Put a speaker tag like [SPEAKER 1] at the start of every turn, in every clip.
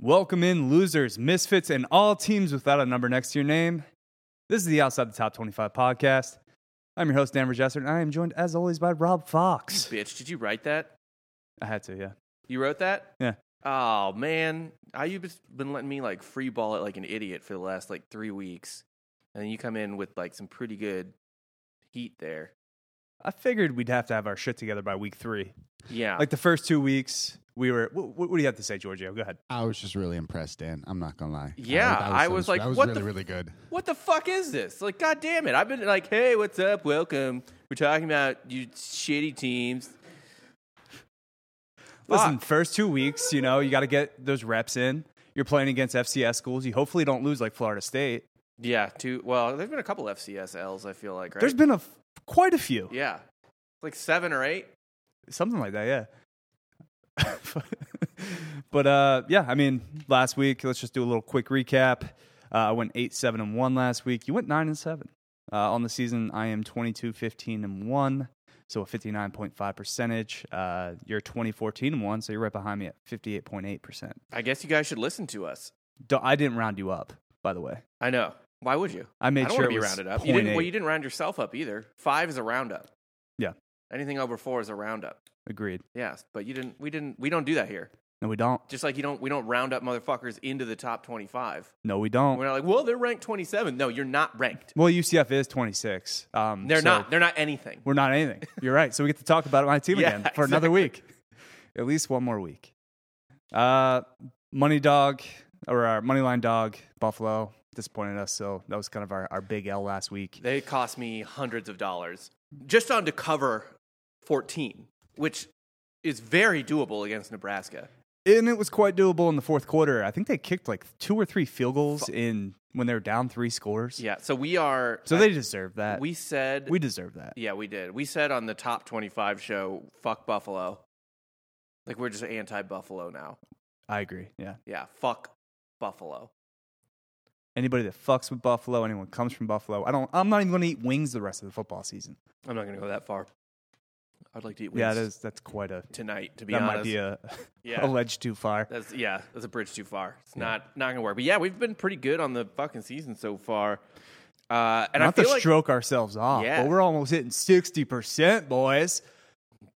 [SPEAKER 1] Welcome in losers, misfits, and all teams without a number next to your name. This is the Outside the Top 25 podcast. I'm your host, Dan Jester, and I am joined, as always, by Rob Fox.
[SPEAKER 2] Bitch, did you write that?
[SPEAKER 1] I had to, yeah.
[SPEAKER 2] You wrote that?
[SPEAKER 1] Yeah.
[SPEAKER 2] Oh man, I you've been letting me like free ball it like an idiot for the last like three weeks, and then you come in with like some pretty good heat there.
[SPEAKER 1] I figured we'd have to have our shit together by week three.
[SPEAKER 2] Yeah,
[SPEAKER 1] Like the first two weeks, we were. What, what do you have to say, Giorgio? Go ahead.
[SPEAKER 3] I was just really impressed, Dan. I'm not gonna lie.
[SPEAKER 2] Yeah,
[SPEAKER 3] that
[SPEAKER 2] I
[SPEAKER 3] that
[SPEAKER 2] was like,
[SPEAKER 3] that was
[SPEAKER 2] what
[SPEAKER 3] really,
[SPEAKER 2] the-
[SPEAKER 3] really good.
[SPEAKER 2] what the fuck is this? Like, god damn it! I've been like, hey, what's up? Welcome. We're talking about you shitty teams.
[SPEAKER 1] Listen,
[SPEAKER 2] Fuck.
[SPEAKER 1] first two weeks, you know, you got to get those reps in. You're playing against FCS schools. You hopefully don't lose like Florida State.
[SPEAKER 2] Yeah, two. Well, there's been a couple FCSLs. I feel like right.
[SPEAKER 1] There's been a f- quite a few,
[SPEAKER 2] yeah, like seven or eight.
[SPEAKER 1] something like that. Yeah. but uh, yeah, I mean, last week, let's just do a little quick recap. Uh, I went eight, seven, and one last week. You went nine and seven uh, on the season. I am 22, 15, and one, so a 59.5 percentage. Uh, you're 2014 and one, so you're right behind me at 58.8 percent.
[SPEAKER 2] I guess you guys should listen to us.
[SPEAKER 1] I didn't round you up, by the way.
[SPEAKER 2] I know. Why would you?
[SPEAKER 1] I made
[SPEAKER 2] I don't
[SPEAKER 1] sure
[SPEAKER 2] want to
[SPEAKER 1] it
[SPEAKER 2] be
[SPEAKER 1] was
[SPEAKER 2] rounded up. You
[SPEAKER 1] point
[SPEAKER 2] didn't, well,
[SPEAKER 1] eight.
[SPEAKER 2] you didn't round yourself up either. Five is a roundup.
[SPEAKER 1] Yeah.
[SPEAKER 2] Anything over four is a roundup.
[SPEAKER 1] Agreed.
[SPEAKER 2] Yeah, but you didn't. We didn't. We don't do that here.
[SPEAKER 1] No, we don't.
[SPEAKER 2] Just like you don't. We don't round up motherfuckers into the top twenty-five.
[SPEAKER 1] No, we don't.
[SPEAKER 2] We're not like, well, they're ranked twenty-seven. No, you're not ranked.
[SPEAKER 1] Well, UCF is 26. Um,
[SPEAKER 2] They're
[SPEAKER 1] so
[SPEAKER 2] not. They're not anything.
[SPEAKER 1] We're not anything. You're right. So we get to talk about my team
[SPEAKER 2] Yeah,
[SPEAKER 1] again for another week, at least one more week. Uh, money dog or our money line dog Buffalo disappointed us. So that was kind of our, our big L last week.
[SPEAKER 2] They cost me hundreds of dollars just on to cover fourteen, which is very doable against Nebraska.
[SPEAKER 1] and it was quite doable in the fourth quarter. I think they kicked like two or three field goals in when they were down three scores.
[SPEAKER 2] Yeah. So we are.
[SPEAKER 1] So they deserve that.
[SPEAKER 2] we said
[SPEAKER 1] we deserve that.
[SPEAKER 2] Yeah, we did. We said on the top 25 show, fuck Buffalo. Like, we're just anti Buffalo now.
[SPEAKER 1] I agree. Yeah.
[SPEAKER 2] Yeah, fuck Buffalo.
[SPEAKER 1] Anybody that fucks with Buffalo, anyone comes from Buffalo, I don't. I'm not even going to eat wings the rest of the football season.
[SPEAKER 2] I'm not going to go that far. I'd like to eat wings
[SPEAKER 1] Yeah, that is that's quite a.
[SPEAKER 2] tonight, to be
[SPEAKER 1] That
[SPEAKER 2] honest.
[SPEAKER 1] might be a,
[SPEAKER 2] Yeah.
[SPEAKER 1] a ledge too far.
[SPEAKER 2] That's yeah, that's a bridge too far. It's not not gonna work. But yeah, we've been pretty good on the fucking season so far. Uh, and
[SPEAKER 1] Not
[SPEAKER 2] I
[SPEAKER 1] to
[SPEAKER 2] feel like
[SPEAKER 1] stroke ourselves off,
[SPEAKER 2] Yeah.
[SPEAKER 1] but we're almost hitting sixty percent, boys.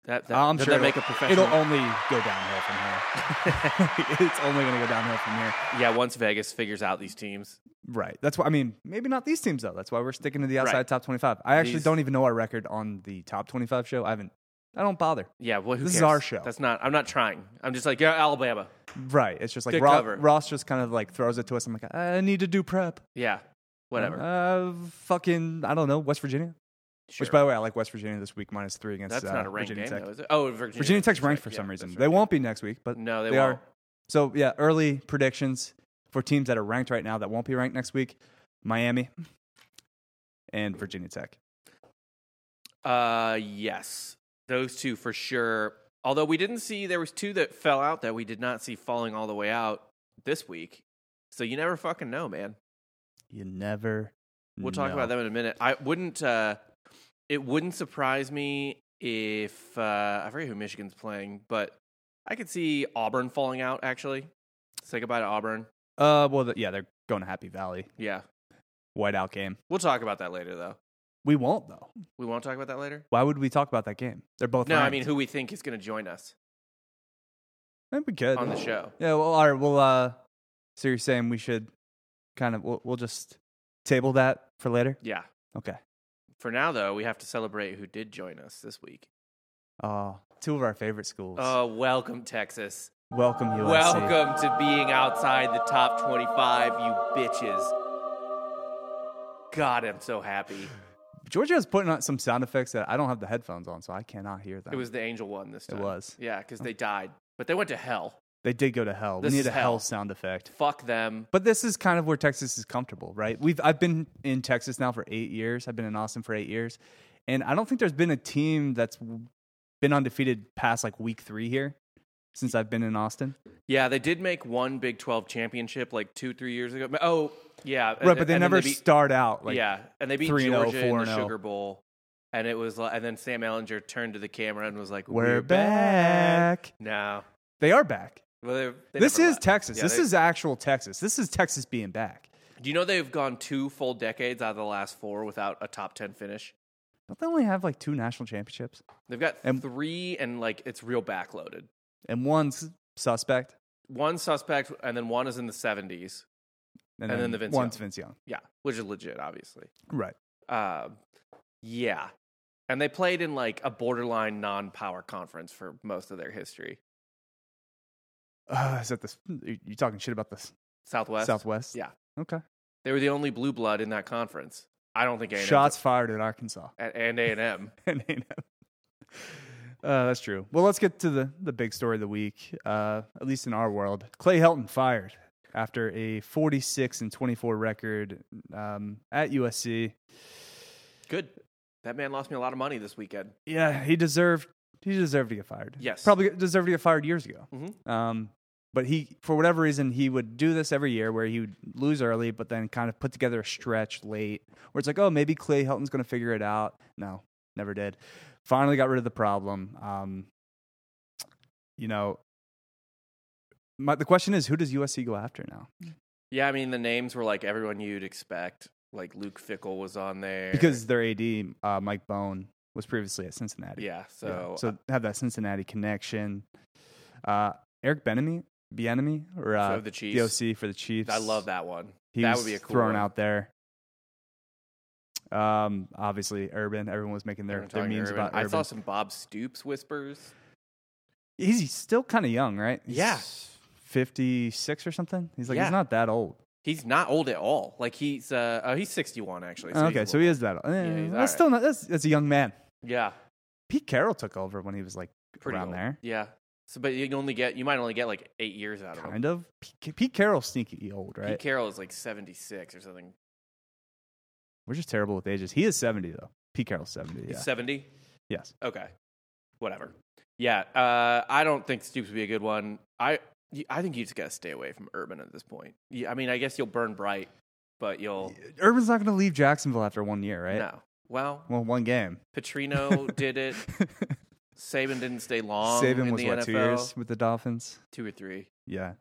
[SPEAKER 2] that, that,
[SPEAKER 1] I'm
[SPEAKER 2] does
[SPEAKER 1] sure
[SPEAKER 2] that make a
[SPEAKER 1] it'll-
[SPEAKER 2] professional.
[SPEAKER 1] It'll only go downhill from here. it's only going to go downhill from here.
[SPEAKER 2] yeah, once Vegas figures out these teams,
[SPEAKER 1] Right. That's why. I mean, maybe not these teams though. That's why we're sticking to the outside
[SPEAKER 2] Right.
[SPEAKER 1] top twenty-five. I actually
[SPEAKER 2] These-
[SPEAKER 1] don't even know our record on the top twenty-five show. I haven't. I don't bother.
[SPEAKER 2] yeah. Well, who
[SPEAKER 1] This is
[SPEAKER 2] cares?
[SPEAKER 1] our show.
[SPEAKER 2] That's not. I'm not trying. I'm just like yeah, Alabama.
[SPEAKER 1] Right. It's just like
[SPEAKER 2] Good
[SPEAKER 1] Ross,
[SPEAKER 2] cover.
[SPEAKER 1] Ross just kind of like throws it to us. I'm like, I need to do prep.
[SPEAKER 2] Yeah, whatever.
[SPEAKER 1] Uh, fucking, I don't know, West Virginia.
[SPEAKER 2] Sure.
[SPEAKER 1] Which, by the way, I like West Virginia this week minus three against
[SPEAKER 2] That's
[SPEAKER 1] uh,
[SPEAKER 2] not a ranked
[SPEAKER 1] Virginia
[SPEAKER 2] game,
[SPEAKER 1] Tech.
[SPEAKER 2] though, is it? Oh, Virginia,
[SPEAKER 1] Virginia Tech's ranked for
[SPEAKER 2] Yeah,
[SPEAKER 1] some reason.
[SPEAKER 2] that's
[SPEAKER 1] They
[SPEAKER 2] right.
[SPEAKER 1] won't be next week, but
[SPEAKER 2] No, they,
[SPEAKER 1] are.
[SPEAKER 2] won't.
[SPEAKER 1] So yeah, early predictions for teams that are ranked right now that won't be ranked next week: Miami and Virginia Tech.
[SPEAKER 2] Uh, yes, those two for sure. Although we didn't see, there was two that fell out that we did not see falling all the way out this week. So you never fucking know, man.
[SPEAKER 1] You never.
[SPEAKER 2] We'll talk
[SPEAKER 1] know.
[SPEAKER 2] about them in a minute. I wouldn't. Uh, it wouldn't surprise me if uh, I forget who Michigan's playing, but I could see Auburn falling out. Actually, say goodbye to Auburn.
[SPEAKER 1] Uh, well, th- yeah, they're going to Happy Valley
[SPEAKER 2] Yeah,
[SPEAKER 1] whiteout game.
[SPEAKER 2] we'll talk about that later, though.
[SPEAKER 1] We won't though.
[SPEAKER 2] We won't talk about that later.
[SPEAKER 1] Why would we talk about that game? They're both.
[SPEAKER 2] No, I
[SPEAKER 1] ranked.
[SPEAKER 2] mean who we think is going to join us
[SPEAKER 1] Eh, we could
[SPEAKER 2] on the show.
[SPEAKER 1] Yeah. Well, all right. Well, uh, so you're saying we should kind of we'll, we'll just table that for later.
[SPEAKER 2] Yeah.
[SPEAKER 1] Okay.
[SPEAKER 2] For now, though, we have to celebrate who did join us this week.
[SPEAKER 1] Uh, two of our favorite schools.
[SPEAKER 2] Oh, welcome, Texas.
[SPEAKER 1] Welcome USC.
[SPEAKER 2] Welcome to being outside the top 25, you bitches. God, I'm so happy.
[SPEAKER 1] Georgia's putting on some sound effects that I don't have the headphones on, so I cannot hear them.
[SPEAKER 2] It was the angel one this
[SPEAKER 1] It
[SPEAKER 2] time.
[SPEAKER 1] was.
[SPEAKER 2] Yeah, because they died, but they went to hell.
[SPEAKER 1] They did go to hell.
[SPEAKER 2] This
[SPEAKER 1] we
[SPEAKER 2] is
[SPEAKER 1] need a hell.
[SPEAKER 2] hell.
[SPEAKER 1] sound effect.
[SPEAKER 2] Fuck them.
[SPEAKER 1] But this is kind of where Texas is comfortable, right? We've I've been in Texas now for eight years. I've been in Austin for eight years, and I don't think there's been a team that's been undefeated past like week three here since I've been in Austin.
[SPEAKER 2] Yeah, they did make one Big 12 championship like two, three years ago. Oh, yeah. and-
[SPEAKER 1] right, but they
[SPEAKER 2] and then
[SPEAKER 1] never
[SPEAKER 2] beat-
[SPEAKER 1] start out like oh,
[SPEAKER 2] yeah, and they beat
[SPEAKER 1] 3-0,
[SPEAKER 2] Georgia in the
[SPEAKER 1] 4-0.
[SPEAKER 2] Sugar Bowl, and it was like, and then Sam Ellinger turned to the camera and was like,
[SPEAKER 1] we're back.
[SPEAKER 2] No,
[SPEAKER 1] They are back.
[SPEAKER 2] Well, they- they
[SPEAKER 1] This
[SPEAKER 2] never
[SPEAKER 1] is
[SPEAKER 2] left.
[SPEAKER 1] Texas.
[SPEAKER 2] Yeah,
[SPEAKER 1] this
[SPEAKER 2] they-
[SPEAKER 1] is actual Texas. This is Texas being back.
[SPEAKER 2] Do you know they've gone two full decades out of the last four without a top ten finish?
[SPEAKER 1] Don't they only have like two national championships?
[SPEAKER 2] They've got
[SPEAKER 1] And-
[SPEAKER 2] three, and like it's real backloaded.
[SPEAKER 1] And one's suspect,
[SPEAKER 2] One suspect, and then one is in the seventies.
[SPEAKER 1] and,
[SPEAKER 2] And
[SPEAKER 1] then,
[SPEAKER 2] then the Vince
[SPEAKER 1] one's
[SPEAKER 2] Young.
[SPEAKER 1] Vince Young.
[SPEAKER 2] Yeah, which is legit, obviously.
[SPEAKER 1] Right.
[SPEAKER 2] Uh, yeah, and they played in like a borderline non-power conference for most of their history.
[SPEAKER 1] Uh, is that the? You you talking shit about this
[SPEAKER 2] Southwest.
[SPEAKER 1] Southwest?
[SPEAKER 2] Yeah.
[SPEAKER 1] Okay.
[SPEAKER 2] They were the only blue blood in that conference. I don't think A&M
[SPEAKER 1] Shots fired at Arkansas.
[SPEAKER 2] at, and A and M.
[SPEAKER 1] and A&M. Uh, that's true. Well, let's get to the, the big story of the week, uh, at least in our world. Clay Helton fired after a 46 and 24 record um, at USC.
[SPEAKER 2] Good. That man lost me a lot of money this weekend.
[SPEAKER 1] Yeah, he deserved he deserved to get fired.
[SPEAKER 2] Yes.
[SPEAKER 1] probably deserved to get fired years ago.
[SPEAKER 2] Mhm.
[SPEAKER 1] Um, but he, for whatever reason, he would do this every year where he would lose early, but then kind of put together a stretch late where it's like, oh, maybe Clay Helton's going to figure it out. No, never did. Finally got rid of the problem. Um, you know, my, the question is, who does USC go after now?
[SPEAKER 2] Yeah, I mean the names were like everyone you'd expect. Like Luke Fickle was on there
[SPEAKER 1] Because their AD, uh, Mike Bone, was previously at Cincinnati.
[SPEAKER 2] yeah. So, uh,
[SPEAKER 1] Yeah, so have that Cincinnati connection. Uh, Eric Benemy, Bienemy, or uh,
[SPEAKER 2] So the Chiefs.
[SPEAKER 1] DOC for the Chiefs.
[SPEAKER 2] I love that one.
[SPEAKER 1] He
[SPEAKER 2] that
[SPEAKER 1] was
[SPEAKER 2] would be a cool
[SPEAKER 1] thrown
[SPEAKER 2] one.
[SPEAKER 1] out there. Um, obviously, Urban. Everyone was making their,
[SPEAKER 2] Everyone
[SPEAKER 1] their
[SPEAKER 2] talking
[SPEAKER 1] memes
[SPEAKER 2] Urban.
[SPEAKER 1] about
[SPEAKER 2] I
[SPEAKER 1] Urban.
[SPEAKER 2] saw some Bob Stoops whispers.
[SPEAKER 1] he's still kind of young, right? He's
[SPEAKER 2] Yeah.
[SPEAKER 1] fifty-six or something. He's like
[SPEAKER 2] Yeah.
[SPEAKER 1] he's not that old.
[SPEAKER 2] He's not old at all. Like he's uh oh, he's sixty one actually. So
[SPEAKER 1] okay,
[SPEAKER 2] he's a
[SPEAKER 1] so he
[SPEAKER 2] little-
[SPEAKER 1] is that. Old. Eh,
[SPEAKER 2] he's
[SPEAKER 1] that's
[SPEAKER 2] alright.
[SPEAKER 1] still not. That's, that's a young man.
[SPEAKER 2] yeah,
[SPEAKER 1] Pete Carroll took over when he was like
[SPEAKER 2] pretty
[SPEAKER 1] around
[SPEAKER 2] old.
[SPEAKER 1] there.
[SPEAKER 2] Yeah. So but you can only get you might only get like eight years out of him.
[SPEAKER 1] Kind of. Pete, Pete Carroll's sneaky old, right?
[SPEAKER 2] Pete Carroll is like seventy six or something.
[SPEAKER 1] We're just terrible with ages. He is seventy though. Pete Carroll's seventy. Yeah.
[SPEAKER 2] He's seventy.
[SPEAKER 1] yes.
[SPEAKER 2] Okay. Whatever. Yeah. Uh, I don't think Stoops would be a good one. I y- I think you just got to stay away from Urban at this point. Yeah, I mean, I guess you'll burn bright, but you'll.
[SPEAKER 1] Urban's not going to leave Jacksonville after one year, right?
[SPEAKER 2] No. Well,
[SPEAKER 1] Well, one game.
[SPEAKER 2] Petrino did it. Saban didn't stay long.
[SPEAKER 1] Saban
[SPEAKER 2] Um, in
[SPEAKER 1] was
[SPEAKER 2] the
[SPEAKER 1] what
[SPEAKER 2] NFL.
[SPEAKER 1] two years with the Dolphins?
[SPEAKER 2] Two or three.
[SPEAKER 1] Yeah,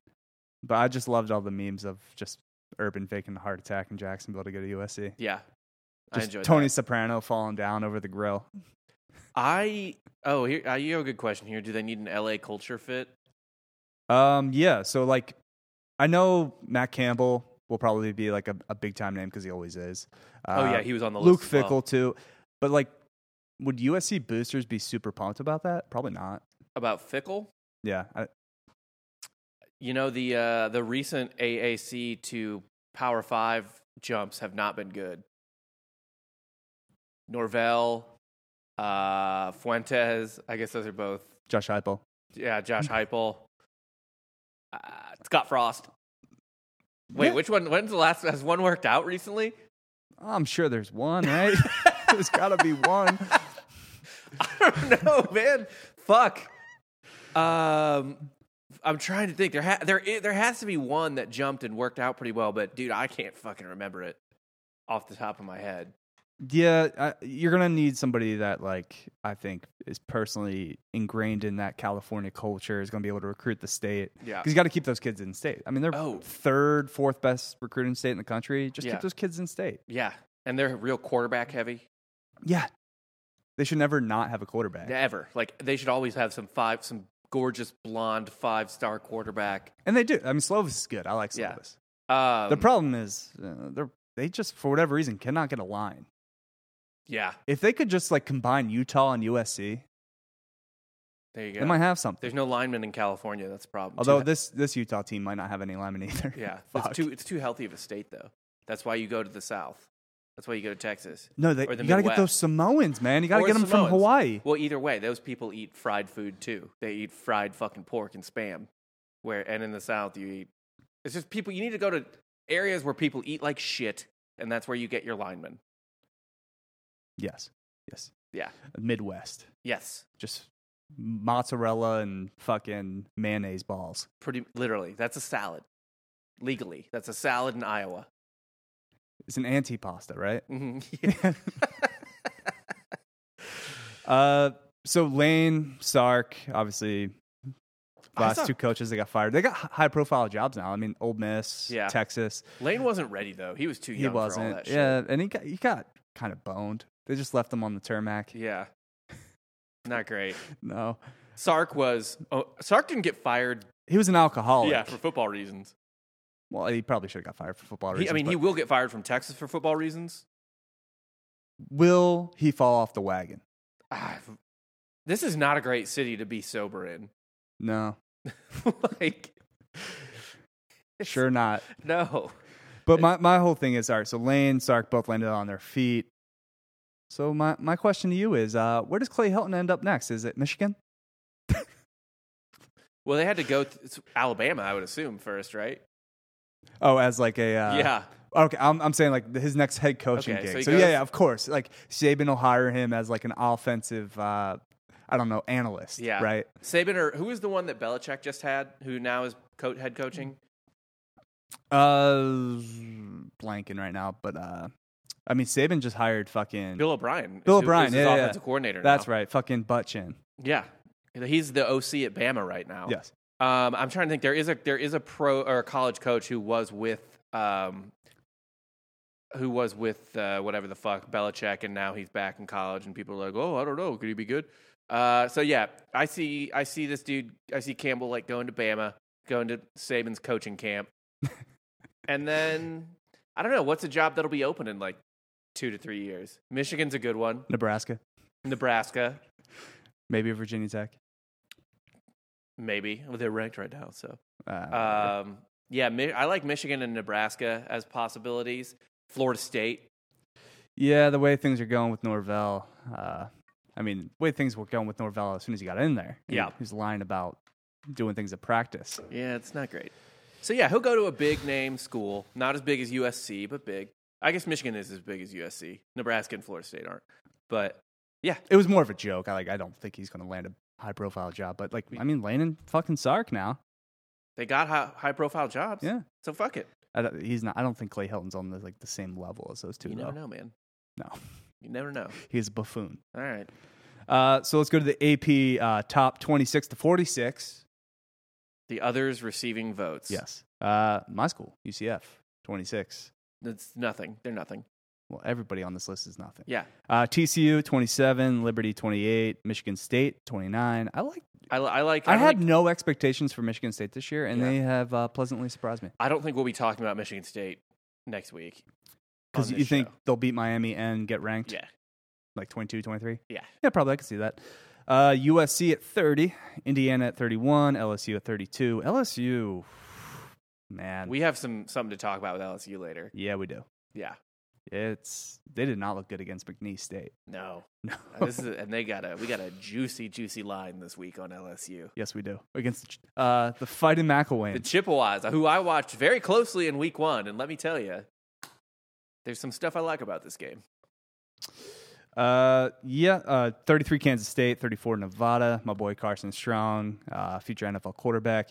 [SPEAKER 1] but I just loved all the memes of just Urban faking the heart attack in Jacksonville to go to USC.
[SPEAKER 2] Yeah. I
[SPEAKER 1] Just
[SPEAKER 2] enjoyed
[SPEAKER 1] Tony
[SPEAKER 2] that.
[SPEAKER 1] Soprano falling down over the grill.
[SPEAKER 2] I oh here uh, you have a good question here. Do they need an LA culture fit?
[SPEAKER 1] Um, yeah. So like, I know Matt Campbell will probably be like a, a big time name because he always is.
[SPEAKER 2] oh
[SPEAKER 1] Uh,
[SPEAKER 2] yeah, he was on the
[SPEAKER 1] Luke
[SPEAKER 2] list. as well.
[SPEAKER 1] Fickle too. But like, would USC boosters be super pumped about that? Probably not.
[SPEAKER 2] about Fickle.
[SPEAKER 1] Yeah, I,
[SPEAKER 2] You know the uh, the recent AAC to Power Five jumps have not been good. Norvell, uh, Fuentes. I guess those are both.
[SPEAKER 1] Josh Heupel.
[SPEAKER 2] Yeah, Josh Heupel, uh, Scott Frost. Wait,
[SPEAKER 1] Yeah.
[SPEAKER 2] which one? When's the last? Has one worked out recently?
[SPEAKER 1] I'm sure there's one, right? there's got to be one.
[SPEAKER 2] I don't know, man. Fuck. Um, I'm trying to think. There, ha- there, i- there has to be one that jumped and worked out pretty well, but dude, I can't fucking remember it off the top of my head.
[SPEAKER 1] Yeah, I, you're gonna need somebody that, like, I think is personally ingrained in that California culture. Is gonna be able to recruit the state.
[SPEAKER 2] Yeah.
[SPEAKER 1] because you got to keep those kids in state. I mean, they're
[SPEAKER 2] Oh.
[SPEAKER 1] third, fourth best recruiting state in the country. Just
[SPEAKER 2] Yeah.
[SPEAKER 1] keep those kids in state.
[SPEAKER 2] Yeah, and they're real quarterback heavy.
[SPEAKER 1] Yeah, they should never not have a quarterback.
[SPEAKER 2] Ever like they should always have some five, some gorgeous blonde five star quarterback.
[SPEAKER 1] And they do. I mean, Slovis is good. I like
[SPEAKER 2] Yeah.
[SPEAKER 1] Slovis.
[SPEAKER 2] Um,
[SPEAKER 1] the problem is uh, they're they just for whatever reason cannot get a line.
[SPEAKER 2] yeah,
[SPEAKER 1] If they could just like combine Utah and USC,
[SPEAKER 2] there you go.
[SPEAKER 1] they might have something.
[SPEAKER 2] There's no linemen in California. That's a problem.
[SPEAKER 1] Although
[SPEAKER 2] Too-
[SPEAKER 1] this this Utah team might not have any linemen either.
[SPEAKER 2] yeah,
[SPEAKER 1] Fuck.
[SPEAKER 2] it's too it's too healthy of a state though. That's why you go to the South. That's why you go to Texas.
[SPEAKER 1] No, they,
[SPEAKER 2] or the
[SPEAKER 1] you gotta get
[SPEAKER 2] Midwest.
[SPEAKER 1] those Samoans, man. You gotta
[SPEAKER 2] Or
[SPEAKER 1] get them from
[SPEAKER 2] Samoans.
[SPEAKER 1] Hawaii.
[SPEAKER 2] Well, either way, those people eat fried food too. They eat fried fucking pork and spam. Where and in the South, you eat. It's just people. You need to go to areas where people eat like shit, and that's where you get your linemen.
[SPEAKER 1] Yes, yes.
[SPEAKER 2] Yeah.
[SPEAKER 1] Midwest,
[SPEAKER 2] Yes,
[SPEAKER 1] just mozzarella and fucking mayonnaise balls.
[SPEAKER 2] pretty literally. That's a salad. Legally, that's a salad in Iowa.
[SPEAKER 1] It's an antipasta, right?
[SPEAKER 2] Mhm. Yeah.
[SPEAKER 1] Uh, so Lane Sark, obviously last
[SPEAKER 2] saw-
[SPEAKER 1] two coaches that got fired. They got high profile jobs now. I mean, Old Miss,
[SPEAKER 2] Yeah.
[SPEAKER 1] Texas.
[SPEAKER 2] Lane wasn't ready though. He was too
[SPEAKER 1] He
[SPEAKER 2] young for all
[SPEAKER 1] wasn't.
[SPEAKER 2] that shit.
[SPEAKER 1] Yeah, and he got he got kind of boned. They just left him on the tarmac.
[SPEAKER 2] Yeah. Not great.
[SPEAKER 1] No,
[SPEAKER 2] Sark was oh, Sark didn't get fired
[SPEAKER 1] he was an alcoholic.
[SPEAKER 2] yeah, for football reasons.
[SPEAKER 1] well, he probably should have got fired for football
[SPEAKER 2] He-
[SPEAKER 1] reasons.
[SPEAKER 2] I mean, he
[SPEAKER 1] but
[SPEAKER 2] will get fired from Texas for football reasons.
[SPEAKER 1] will he fall off the wagon?
[SPEAKER 2] Ah, this is not a great city to be sober in.
[SPEAKER 1] No,
[SPEAKER 2] like It's-
[SPEAKER 1] sure not.
[SPEAKER 2] no.
[SPEAKER 1] But my, my whole thing is all right. So Lane Sark both landed on their feet. So my, my question to you is, uh, where does Clay Helton end up next? Is it Michigan?
[SPEAKER 2] Well, they had to go th- it's Alabama, I would assume first, right?
[SPEAKER 1] Oh, as like a uh,
[SPEAKER 2] yeah.
[SPEAKER 1] Okay, I'm, I'm saying like his next head coaching
[SPEAKER 2] Okay, so
[SPEAKER 1] gig.
[SPEAKER 2] he
[SPEAKER 1] So,
[SPEAKER 2] goes-
[SPEAKER 1] yeah, yeah, of course. Like Saban will hire him as like an offensive, uh, I don't know, analyst.
[SPEAKER 2] Yeah.
[SPEAKER 1] Right.
[SPEAKER 2] Saban or who is the one that Belichick just had, who now is co- head coaching?
[SPEAKER 1] Uh, blanking right now, but uh, I mean Saban just hired fucking.
[SPEAKER 2] Bill O'Brien. is
[SPEAKER 1] Bill
[SPEAKER 2] who- is
[SPEAKER 1] O'Brien,
[SPEAKER 2] his
[SPEAKER 1] yeah, yeah,
[SPEAKER 2] offensive coordinator.
[SPEAKER 1] that's
[SPEAKER 2] now.
[SPEAKER 1] right, fucking butt chin.
[SPEAKER 2] Yeah, he's the OC at Bama right now.
[SPEAKER 1] Yes.
[SPEAKER 2] Um, I'm trying to think. There is a there is a pro or a college coach who was with um, who was with uh, whatever the fuck Belichick, and now he's back in college, and people are like, oh, I don't know, could he be good? Uh, so yeah, I see I see this dude. I see Campbell like going to Bama, going to Saban's coaching camp, and then I don't know what's a job that'll be open in like two to three years. Michigan's a good one.
[SPEAKER 1] Nebraska,
[SPEAKER 2] Nebraska,
[SPEAKER 1] maybe Virginia Tech.
[SPEAKER 2] maybe. Well, they're ranked right now, so.
[SPEAKER 1] Uh,
[SPEAKER 2] Um, yeah, Mi- I like Michigan and Nebraska as possibilities. Florida State.
[SPEAKER 1] yeah, the way things are going with Norvell. Uh, I mean, the way things were going with Norvell as soon as he got in there. he-
[SPEAKER 2] Yeah.
[SPEAKER 1] he was lying about doing things at practice.
[SPEAKER 2] Yeah, it's not great. So yeah, he'll go to a big name school, not as big as USC, but big. I guess Michigan is as big as USC. Nebraska and Florida State aren't. But
[SPEAKER 1] it was more of a joke. I like I don't think he's going to land a high profile job, but like I mean, Landon fucking Sark now.
[SPEAKER 2] they got high, high profile jobs.
[SPEAKER 1] Yeah,
[SPEAKER 2] So fuck it.
[SPEAKER 1] I don't, he's not. I don't think Clay Helton's on the, like the same level as those two.
[SPEAKER 2] you
[SPEAKER 1] though.
[SPEAKER 2] never know, man.
[SPEAKER 1] No,
[SPEAKER 2] You never know.
[SPEAKER 1] he's a buffoon.
[SPEAKER 2] All right.
[SPEAKER 1] Uh, so let's go to the AP uh, top twenty six to forty six.
[SPEAKER 2] The others receiving votes.
[SPEAKER 1] Yes, uh, my school UCF twenty six.
[SPEAKER 2] That's nothing. They're nothing.
[SPEAKER 1] Well, everybody on this list is nothing.
[SPEAKER 2] Yeah.
[SPEAKER 1] Uh, TCU twenty seven, Liberty twenty eight, Michigan State twenty nine. I like.
[SPEAKER 2] I, li- I like.
[SPEAKER 1] I, had
[SPEAKER 2] like-
[SPEAKER 1] no expectations for Michigan State this year, and
[SPEAKER 2] Yeah.
[SPEAKER 1] they have uh, pleasantly surprised me.
[SPEAKER 2] I don't think we'll be talking about Michigan State next week. on
[SPEAKER 1] Because
[SPEAKER 2] this
[SPEAKER 1] you think
[SPEAKER 2] show.
[SPEAKER 1] they'll beat Miami and get ranked?
[SPEAKER 2] Yeah.
[SPEAKER 1] like 22, 23?
[SPEAKER 2] Yeah.
[SPEAKER 1] Yeah, probably. I could see that. Uh, USC at 30, Indiana at 31, LSU at 32. LSU, man.
[SPEAKER 2] We have some something to talk about with LSU later.
[SPEAKER 1] yeah, we do.
[SPEAKER 2] Yeah.
[SPEAKER 1] It's They did not look good against McNeese State.
[SPEAKER 2] No.
[SPEAKER 1] No.
[SPEAKER 2] Uh, This is and they got a we got a juicy juicy line this week on LSU.
[SPEAKER 1] yes, we do. Against uh, the fighting
[SPEAKER 2] The
[SPEAKER 1] McElwain.
[SPEAKER 2] Chippewas, who I watched very closely in week 1 and let me tell you there's some stuff I like about this game.
[SPEAKER 1] uh, yeah, uh, 33 Kansas State, 34 Nevada. My boy Carson Strong, uh, future NFL quarterback.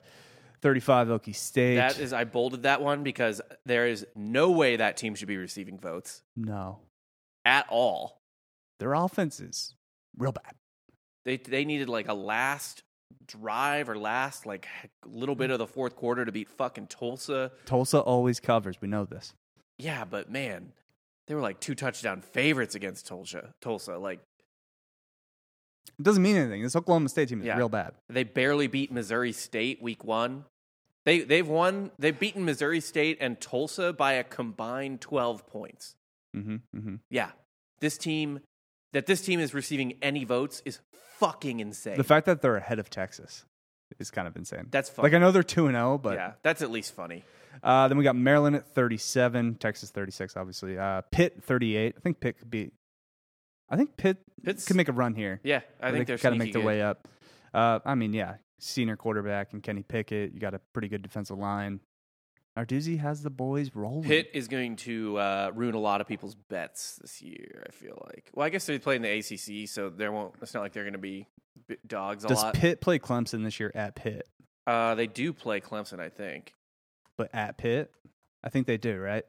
[SPEAKER 1] 35 Okie State.
[SPEAKER 2] That is I bolded that one because there is no way that team should be receiving votes
[SPEAKER 1] no.
[SPEAKER 2] at all.
[SPEAKER 1] Their offense is real bad.
[SPEAKER 2] They they needed like a last drive or last like little bit of the fourth quarter to beat fucking Tulsa.
[SPEAKER 1] Tulsa always covers. We know this.
[SPEAKER 2] Yeah, but man, they were like two touchdown favorites against Tulsa. Tulsa, like
[SPEAKER 1] It doesn't mean anything. This Oklahoma State team is
[SPEAKER 2] Yeah.
[SPEAKER 1] real bad.
[SPEAKER 2] they barely beat Missouri State week one. They they've won. They've beaten Missouri State and Tulsa by a combined twelve points.
[SPEAKER 1] Mm-hmm, mm-hmm.
[SPEAKER 2] Yeah, this team that this team is receiving any votes is fucking insane.
[SPEAKER 1] The fact that they're ahead of Texas is kind of insane.
[SPEAKER 2] that's funny.
[SPEAKER 1] like I know they're two and zero, but
[SPEAKER 2] yeah, that's at least funny.
[SPEAKER 1] uh, then we got Maryland at thirty seven, Texas thirty six, obviously. Uh, Pitt thirty eight. I think Pitt could be. I think Pitt
[SPEAKER 2] Pitt's-
[SPEAKER 1] could make a run here.
[SPEAKER 2] Yeah, I think
[SPEAKER 1] they
[SPEAKER 2] they're
[SPEAKER 1] kind of make
[SPEAKER 2] sneaky
[SPEAKER 1] their
[SPEAKER 2] good.
[SPEAKER 1] way up. Uh, I mean, yeah, senior quarterback and Kenny Pickett. You got a pretty good defensive line. Arduzzi has the boys rolling.
[SPEAKER 2] Pitt is going to uh, ruin a lot of people's bets this year. I feel like. Well, I guess they play in the ACC, so there won't. It's not like they're going to be b- dogs a
[SPEAKER 1] Does
[SPEAKER 2] lot.
[SPEAKER 1] Pitt play Clemson this year at Pitt?
[SPEAKER 2] uh, they do play Clemson, I think.
[SPEAKER 1] but at Pitt, I think they do, right?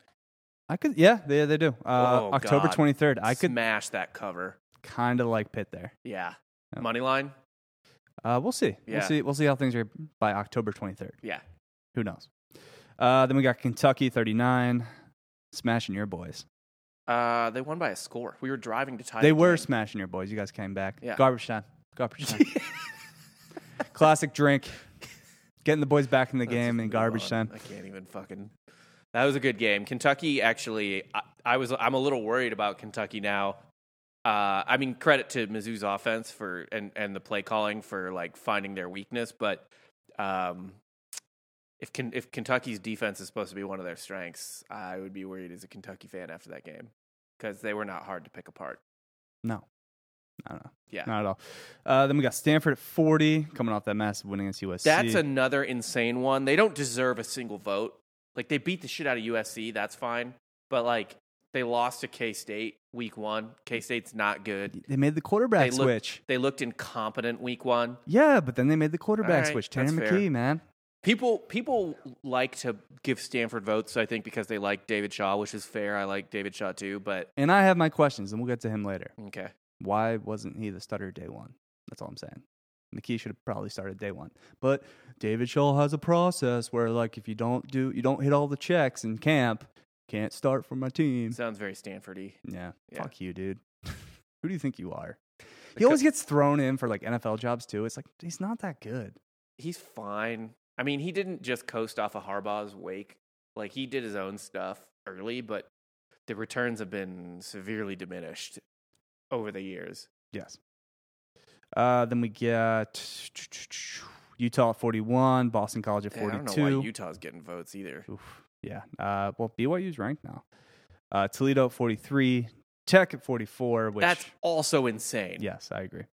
[SPEAKER 1] I could, yeah, they they do. Uh,
[SPEAKER 2] Oh,
[SPEAKER 1] October
[SPEAKER 2] God.
[SPEAKER 1] twenty third, I could
[SPEAKER 2] smash that cover.
[SPEAKER 1] kind of like Pitt there.
[SPEAKER 2] Yeah,
[SPEAKER 1] Yeah.
[SPEAKER 2] money line.
[SPEAKER 1] Uh, we'll see.
[SPEAKER 2] Yeah.
[SPEAKER 1] We'll see. We'll see how things are by October 23rd.
[SPEAKER 2] Yeah.
[SPEAKER 1] Who knows? Uh, then we got Kentucky 39, smashing your boys.
[SPEAKER 2] Uh, they won by a score. We were driving to tie.
[SPEAKER 1] They
[SPEAKER 2] the
[SPEAKER 1] were
[SPEAKER 2] game.
[SPEAKER 1] smashing your boys. You guys came back.
[SPEAKER 2] Yeah.
[SPEAKER 1] Garbage time. Garbage time. Classic drink. Getting the boys back in the
[SPEAKER 2] Let's
[SPEAKER 1] game
[SPEAKER 2] just
[SPEAKER 1] in
[SPEAKER 2] move
[SPEAKER 1] garbage
[SPEAKER 2] on.
[SPEAKER 1] time.
[SPEAKER 2] I can't even fucking. That was a good game. Kentucky actually, I, I was. I'm a little worried about Kentucky now. Uh, I mean, credit to Mizzou's offense for and and the play calling for like finding their weakness, but um, if Ken, if Kentucky's defense is supposed to be one of their strengths, I would be worried as a Kentucky fan after that game because they were not hard to pick apart.
[SPEAKER 1] No. I don't know.
[SPEAKER 2] Yeah.
[SPEAKER 1] Not at all. Uh, then we got Stanford at 40, coming off that massive win against USC.
[SPEAKER 2] That's another insane one. They don't deserve a single vote. Like they beat the shit out of USC, that's fine. But like they lost to K State week one. K State's not good.
[SPEAKER 1] They made the quarterback
[SPEAKER 2] They look-
[SPEAKER 1] switch.
[SPEAKER 2] They looked incompetent week one.
[SPEAKER 1] Yeah, but then they made the quarterback
[SPEAKER 2] All right,
[SPEAKER 1] switch.
[SPEAKER 2] that's
[SPEAKER 1] Tanner McKee,
[SPEAKER 2] fair.
[SPEAKER 1] man.
[SPEAKER 2] People people like to give Stanford votes, I think, because they like David Shaw, which is fair. I like David Shaw too, but
[SPEAKER 1] And I have my questions, and we'll get to him later.
[SPEAKER 2] okay.
[SPEAKER 1] Why wasn't he the starter day one? That's all I'm saying. McKee should have probably started day one. But David Shaw has a process where, like, if you don't do, you don't hit all the checks in camp, can't start for my team.
[SPEAKER 2] Sounds very Stanford y.
[SPEAKER 1] yeah,
[SPEAKER 2] Yeah.
[SPEAKER 1] fuck you, dude. Who do you think you are? He always gets thrown in for like NFL jobs too. It's like he's not that good.
[SPEAKER 2] he's fine. I mean, he didn't just coast off of Harbaugh's wake. Like he did his own stuff early, but the returns have been severely diminished over the years.
[SPEAKER 1] Yes. Uh, then we get Utah at 41, Boston College at
[SPEAKER 2] And I
[SPEAKER 1] 42.
[SPEAKER 2] don't know why Utah's getting votes either.
[SPEAKER 1] Oof. Yeah. Uh, well, BYU's ranked now. Uh, Toledo at 43, Tech at 44, which.
[SPEAKER 2] That's also insane.
[SPEAKER 1] yes, I agree.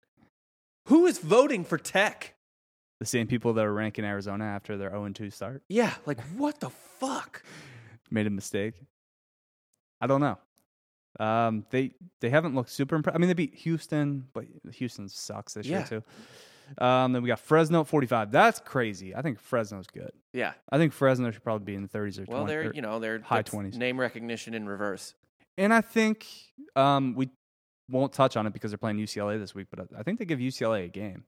[SPEAKER 2] Who is voting for Tech?
[SPEAKER 1] The same people that are ranking Arizona after their 0 2 start
[SPEAKER 2] Yeah, like what the fuck?
[SPEAKER 1] made a mistake. I don't know. Um, they they haven't looked super impressed. I mean, they beat Houston, but Houston sucks this
[SPEAKER 2] Yeah.
[SPEAKER 1] year too. Um, then we got Fresno at 45. That's crazy. I think Fresno's good.
[SPEAKER 2] Yeah.
[SPEAKER 1] I think Fresno should probably be in the 30s or 20s.
[SPEAKER 2] Well, they're you know they're
[SPEAKER 1] high
[SPEAKER 2] that's
[SPEAKER 1] 20s.
[SPEAKER 2] name recognition in reverse.
[SPEAKER 1] And I think um, we won't touch on it because they're playing UCLA this week, but I- I think they give UCLA a game.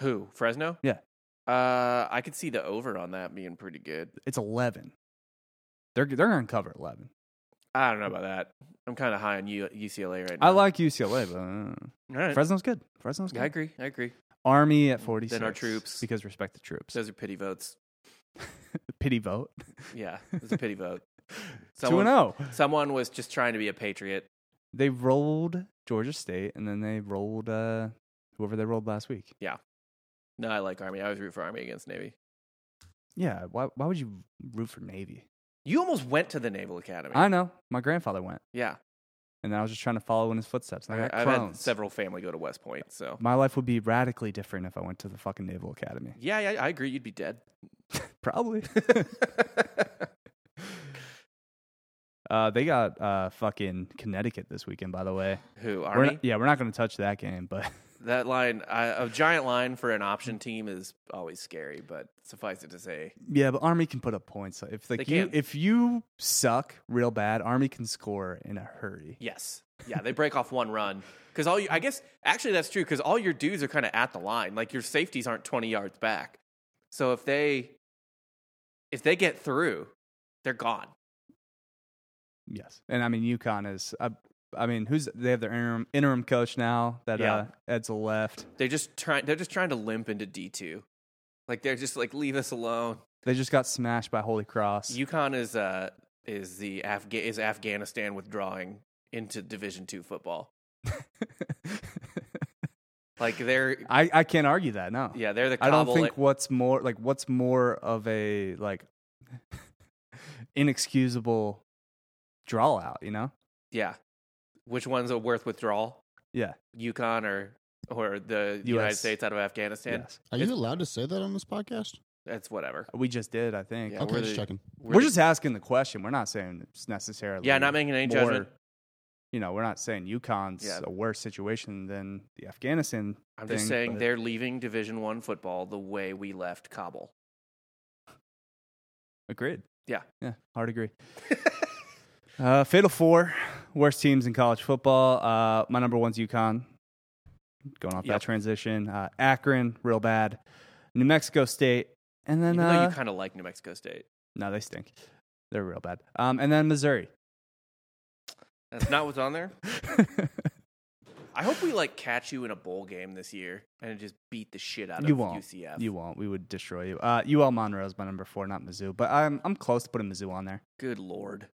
[SPEAKER 2] Who Fresno?
[SPEAKER 1] Yeah.
[SPEAKER 2] Uh, I could see the over on that being pretty good.
[SPEAKER 1] It's 11. They're, they're going to cover 11.
[SPEAKER 2] I don't know about that. I'm kind of high on U- UCLA right now.
[SPEAKER 1] I like UCLA, but
[SPEAKER 2] All right.
[SPEAKER 1] uh, Fresno's good. Fresno's good.
[SPEAKER 2] I agree. I agree.
[SPEAKER 1] Army at 46.
[SPEAKER 2] Then our troops.
[SPEAKER 1] Because respect the troops.
[SPEAKER 2] Those are pity votes.
[SPEAKER 1] Pity vote.
[SPEAKER 2] Yeah, it was a pity vote.
[SPEAKER 1] 2
[SPEAKER 2] Someone,
[SPEAKER 1] and oh. 0.
[SPEAKER 2] someone was just trying to be a patriot.
[SPEAKER 1] They rolled Georgia State and then they rolled uh, whoever they rolled last week.
[SPEAKER 2] No, I like Army. I was root for Army against Navy.
[SPEAKER 1] Yeah. Why, why would you root for Navy?
[SPEAKER 2] You almost went to the Naval Academy.
[SPEAKER 1] I know. My grandfather went.
[SPEAKER 2] yeah,
[SPEAKER 1] And I was just trying to follow in his footsteps. And I
[SPEAKER 2] I,
[SPEAKER 1] got
[SPEAKER 2] I've had
[SPEAKER 1] crohn's.
[SPEAKER 2] several family go to West Point. So
[SPEAKER 1] My life would be radically different if I went to the fucking Naval Academy.
[SPEAKER 2] yeah, yeah, I agree. You'd be dead.
[SPEAKER 1] Probably. uh, they got uh, fucking Connecticut this weekend, by the way.
[SPEAKER 2] Who
[SPEAKER 1] We're
[SPEAKER 2] Army?
[SPEAKER 1] not, yeah, we're not going to touch that game, but
[SPEAKER 2] That line, I, a giant line for an option team, is always scary. But suffice it to say,
[SPEAKER 1] yeah, but Army can put up points. If like
[SPEAKER 2] They
[SPEAKER 1] you,
[SPEAKER 2] can.
[SPEAKER 1] if you suck real bad, Army can score in a hurry.
[SPEAKER 2] Yes. Yeah, they break off one run because all you. I guess actually that's true because all your dudes are kind of at the line. Like your safeties aren't twenty yards back. So if they if they get through, they're gone.
[SPEAKER 1] Yes, and I mean UConn is. I, I mean, who's they have their interim interim coach now that
[SPEAKER 2] Yeah.
[SPEAKER 1] uh, Edsel left.
[SPEAKER 2] They're just trying. They're just trying to limp into D two. Like they're just like leave us alone.
[SPEAKER 1] They just got smashed by Holy Cross.
[SPEAKER 2] UConn is uh is the Afga- is Afghanistan withdrawing into Division two football. Like they're
[SPEAKER 1] I I can't argue that. No.
[SPEAKER 2] yeah they're the
[SPEAKER 1] I don't
[SPEAKER 2] Kabul
[SPEAKER 1] think what's more like what's more of a like inexcusable draw out, you know?
[SPEAKER 2] Yeah. Which one's a worth withdrawal?
[SPEAKER 1] Yeah.
[SPEAKER 2] Yukon or or the United
[SPEAKER 1] US.
[SPEAKER 2] States out of Afghanistan?
[SPEAKER 1] Yes.
[SPEAKER 3] Are you allowed to say that on this podcast?
[SPEAKER 2] That's whatever.
[SPEAKER 1] We just did, I think.
[SPEAKER 2] Yeah,
[SPEAKER 3] okay,
[SPEAKER 2] we're
[SPEAKER 3] just
[SPEAKER 2] the-
[SPEAKER 3] checking.
[SPEAKER 1] We're,
[SPEAKER 2] the-
[SPEAKER 1] just asking the question. We're not saying it's necessarily
[SPEAKER 2] yeah, not making any
[SPEAKER 1] more-
[SPEAKER 2] judgment.
[SPEAKER 1] You know, we're not saying UConn's
[SPEAKER 2] Yeah.
[SPEAKER 1] a worse situation than the Afghanistan.
[SPEAKER 2] I'm
[SPEAKER 1] thing,
[SPEAKER 2] just saying
[SPEAKER 1] but-
[SPEAKER 2] they're leaving Division One football the way we left Kabul.
[SPEAKER 1] Agreed.
[SPEAKER 2] Yeah.
[SPEAKER 1] Yeah. Hard agree. uh, Fatal Four, worst teams in college football. Uh, my number one's UConn. Going off
[SPEAKER 2] Yep.
[SPEAKER 1] that transition, uh, Akron, real bad. New Mexico State, and then
[SPEAKER 2] Even
[SPEAKER 1] uh,
[SPEAKER 2] though you kind of like New Mexico State,
[SPEAKER 1] no, they stink. They're real bad. Um, and then Missouri.
[SPEAKER 2] that's not what's on there. I hope we like catch you in a bowl game this year and just beat the shit out
[SPEAKER 1] You
[SPEAKER 2] of
[SPEAKER 1] won't.
[SPEAKER 2] UCF.
[SPEAKER 1] you won't. We would destroy you. Uh, UL Monroe is my number four, not Mizzou, but I'm I'm close to putting Mizzou on there.
[SPEAKER 2] Good lord.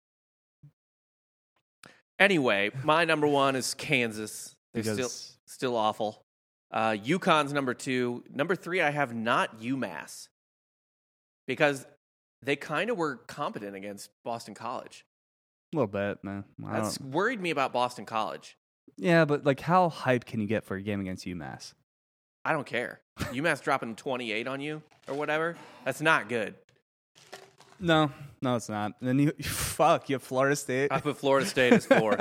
[SPEAKER 2] Anyway, my number one is Kansas. They're
[SPEAKER 1] Because
[SPEAKER 2] still still awful. Uh, UConn's number two. Number three, I have not UMass because they kind of were competent against Boston College.
[SPEAKER 1] a little bit, man. I
[SPEAKER 2] That's
[SPEAKER 1] don't-
[SPEAKER 2] worried me about Boston College.
[SPEAKER 1] yeah, but like, how hype can you get for a game against UMass?
[SPEAKER 2] I don't care. UMass dropping 28 on you or whatever. That's not good.
[SPEAKER 1] No, no, it's not. And then you fuck, you have Florida State.
[SPEAKER 2] I put Florida State as four.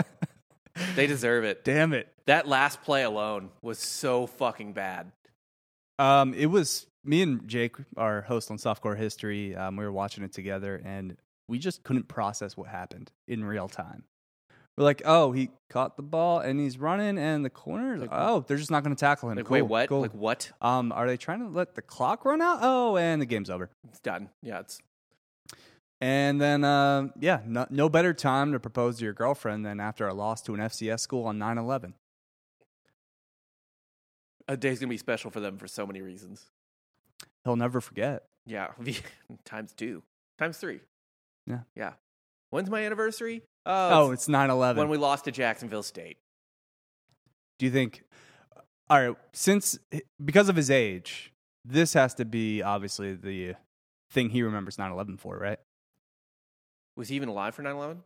[SPEAKER 2] they deserve it.
[SPEAKER 1] Damn it.
[SPEAKER 2] That last play alone was so fucking bad.
[SPEAKER 1] Um, it was me and Jake, our host on Softcore History. Um, we were watching it together, and we just couldn't process what happened in real time. We're like, oh, he caught the ball and he's running, and the corner.
[SPEAKER 2] Like,
[SPEAKER 1] oh, they're just not going to tackle him.
[SPEAKER 2] Like,
[SPEAKER 1] Cool,
[SPEAKER 2] wait, what?
[SPEAKER 1] cool.
[SPEAKER 2] Like, what?
[SPEAKER 1] um, are they trying to let the clock run out? Oh, and the game's over.
[SPEAKER 2] It's done. Yeah, it's
[SPEAKER 1] And then, uh, yeah, no, no better time to propose to your girlfriend than after a loss to an FCS school on 9 11.
[SPEAKER 2] a day's gonna be special for them for so many reasons.
[SPEAKER 1] He'll never forget.
[SPEAKER 2] Yeah, times two, times three.
[SPEAKER 1] Yeah.
[SPEAKER 2] yeah. When's my anniversary?
[SPEAKER 1] Oh,
[SPEAKER 2] Oh,
[SPEAKER 1] it's 9
[SPEAKER 2] it's
[SPEAKER 1] 11.
[SPEAKER 2] when we lost to Jacksonville State.
[SPEAKER 1] Do you think? All right, since because of his age, this has to be obviously the thing he remembers 9/11 for, right?
[SPEAKER 2] Was he even alive for 9-11?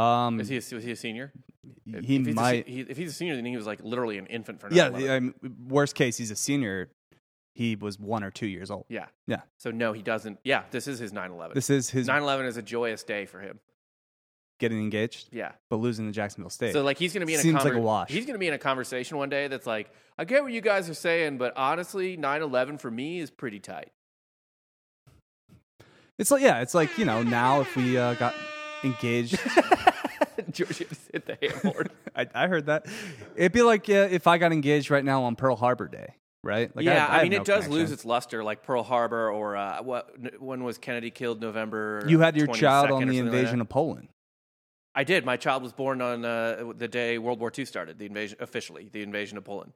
[SPEAKER 1] Um,
[SPEAKER 2] Is he a, was he a senior?
[SPEAKER 1] he,
[SPEAKER 2] If- if he's a se-
[SPEAKER 1] might.
[SPEAKER 2] he- if he's a senior, then he was like literally an infant for 9-11.
[SPEAKER 1] yeah, the- I mean, worst case, he's a senior. He was one or two years old.
[SPEAKER 2] Yeah.
[SPEAKER 1] Yeah.
[SPEAKER 2] So no, he doesn't. Yeah, this is his 9-11.
[SPEAKER 1] This is his
[SPEAKER 2] 9-11 is a joyous day for him.
[SPEAKER 1] getting engaged,
[SPEAKER 2] Yeah.
[SPEAKER 1] but losing to Jacksonville State.
[SPEAKER 2] So like he's gonna be in
[SPEAKER 1] Seems
[SPEAKER 2] a
[SPEAKER 1] like
[SPEAKER 2] conver-
[SPEAKER 1] a wash.
[SPEAKER 2] He's gonna be in a conversation one day that's like, I get what you guys are saying, but honestly, 9-11 for me is pretty tight.
[SPEAKER 1] it's like yeah, it's like you know now if we uh, got engaged.
[SPEAKER 2] George hit the handboard.
[SPEAKER 1] I, I heard that. It'd be like uh, if I got engaged right now on Pearl Harbor Day, right? Like,
[SPEAKER 2] yeah, I,
[SPEAKER 1] have
[SPEAKER 2] mean,
[SPEAKER 1] no
[SPEAKER 2] it does lose
[SPEAKER 1] connection.
[SPEAKER 2] its luster, like Pearl Harbor or uh, what? n- When was Kennedy killed? November.
[SPEAKER 1] You had your
[SPEAKER 2] 22nd
[SPEAKER 1] child
[SPEAKER 2] or
[SPEAKER 1] on the
[SPEAKER 2] something like
[SPEAKER 1] invasion
[SPEAKER 2] that.
[SPEAKER 1] of Poland.
[SPEAKER 2] I did. My child was born on uh, the day World War II started. The invasion, officially, the invasion of Poland.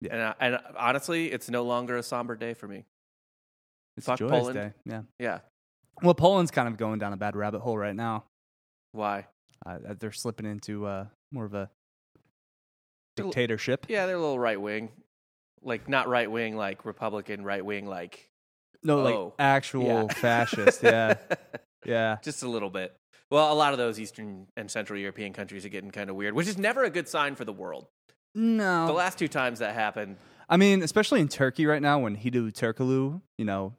[SPEAKER 1] Yeah.
[SPEAKER 2] And, I, and honestly, it's no longer a somber day for me.
[SPEAKER 1] It's
[SPEAKER 2] Fuck
[SPEAKER 1] joyous
[SPEAKER 2] Poland.
[SPEAKER 1] day. Yeah.
[SPEAKER 2] Yeah.
[SPEAKER 1] Well, Poland's kind of going down a bad rabbit hole right now.
[SPEAKER 2] Why?
[SPEAKER 1] Uh, they're slipping into uh, more of a
[SPEAKER 2] They're-
[SPEAKER 1] dictatorship.
[SPEAKER 2] Yeah, they're a little right wing, like not right wing, like Republican right wing, like
[SPEAKER 1] No, like
[SPEAKER 2] Oh.
[SPEAKER 1] actual
[SPEAKER 2] Yeah.
[SPEAKER 1] fascist. Yeah, yeah.
[SPEAKER 2] just a little bit. Well, a lot of those Eastern and Central European countries are getting kind of weird, which is never a good sign for the world.
[SPEAKER 1] No,
[SPEAKER 2] The last two times that happened,
[SPEAKER 1] I mean, especially in Turkey right now, when Hidu Turkoglu, you know,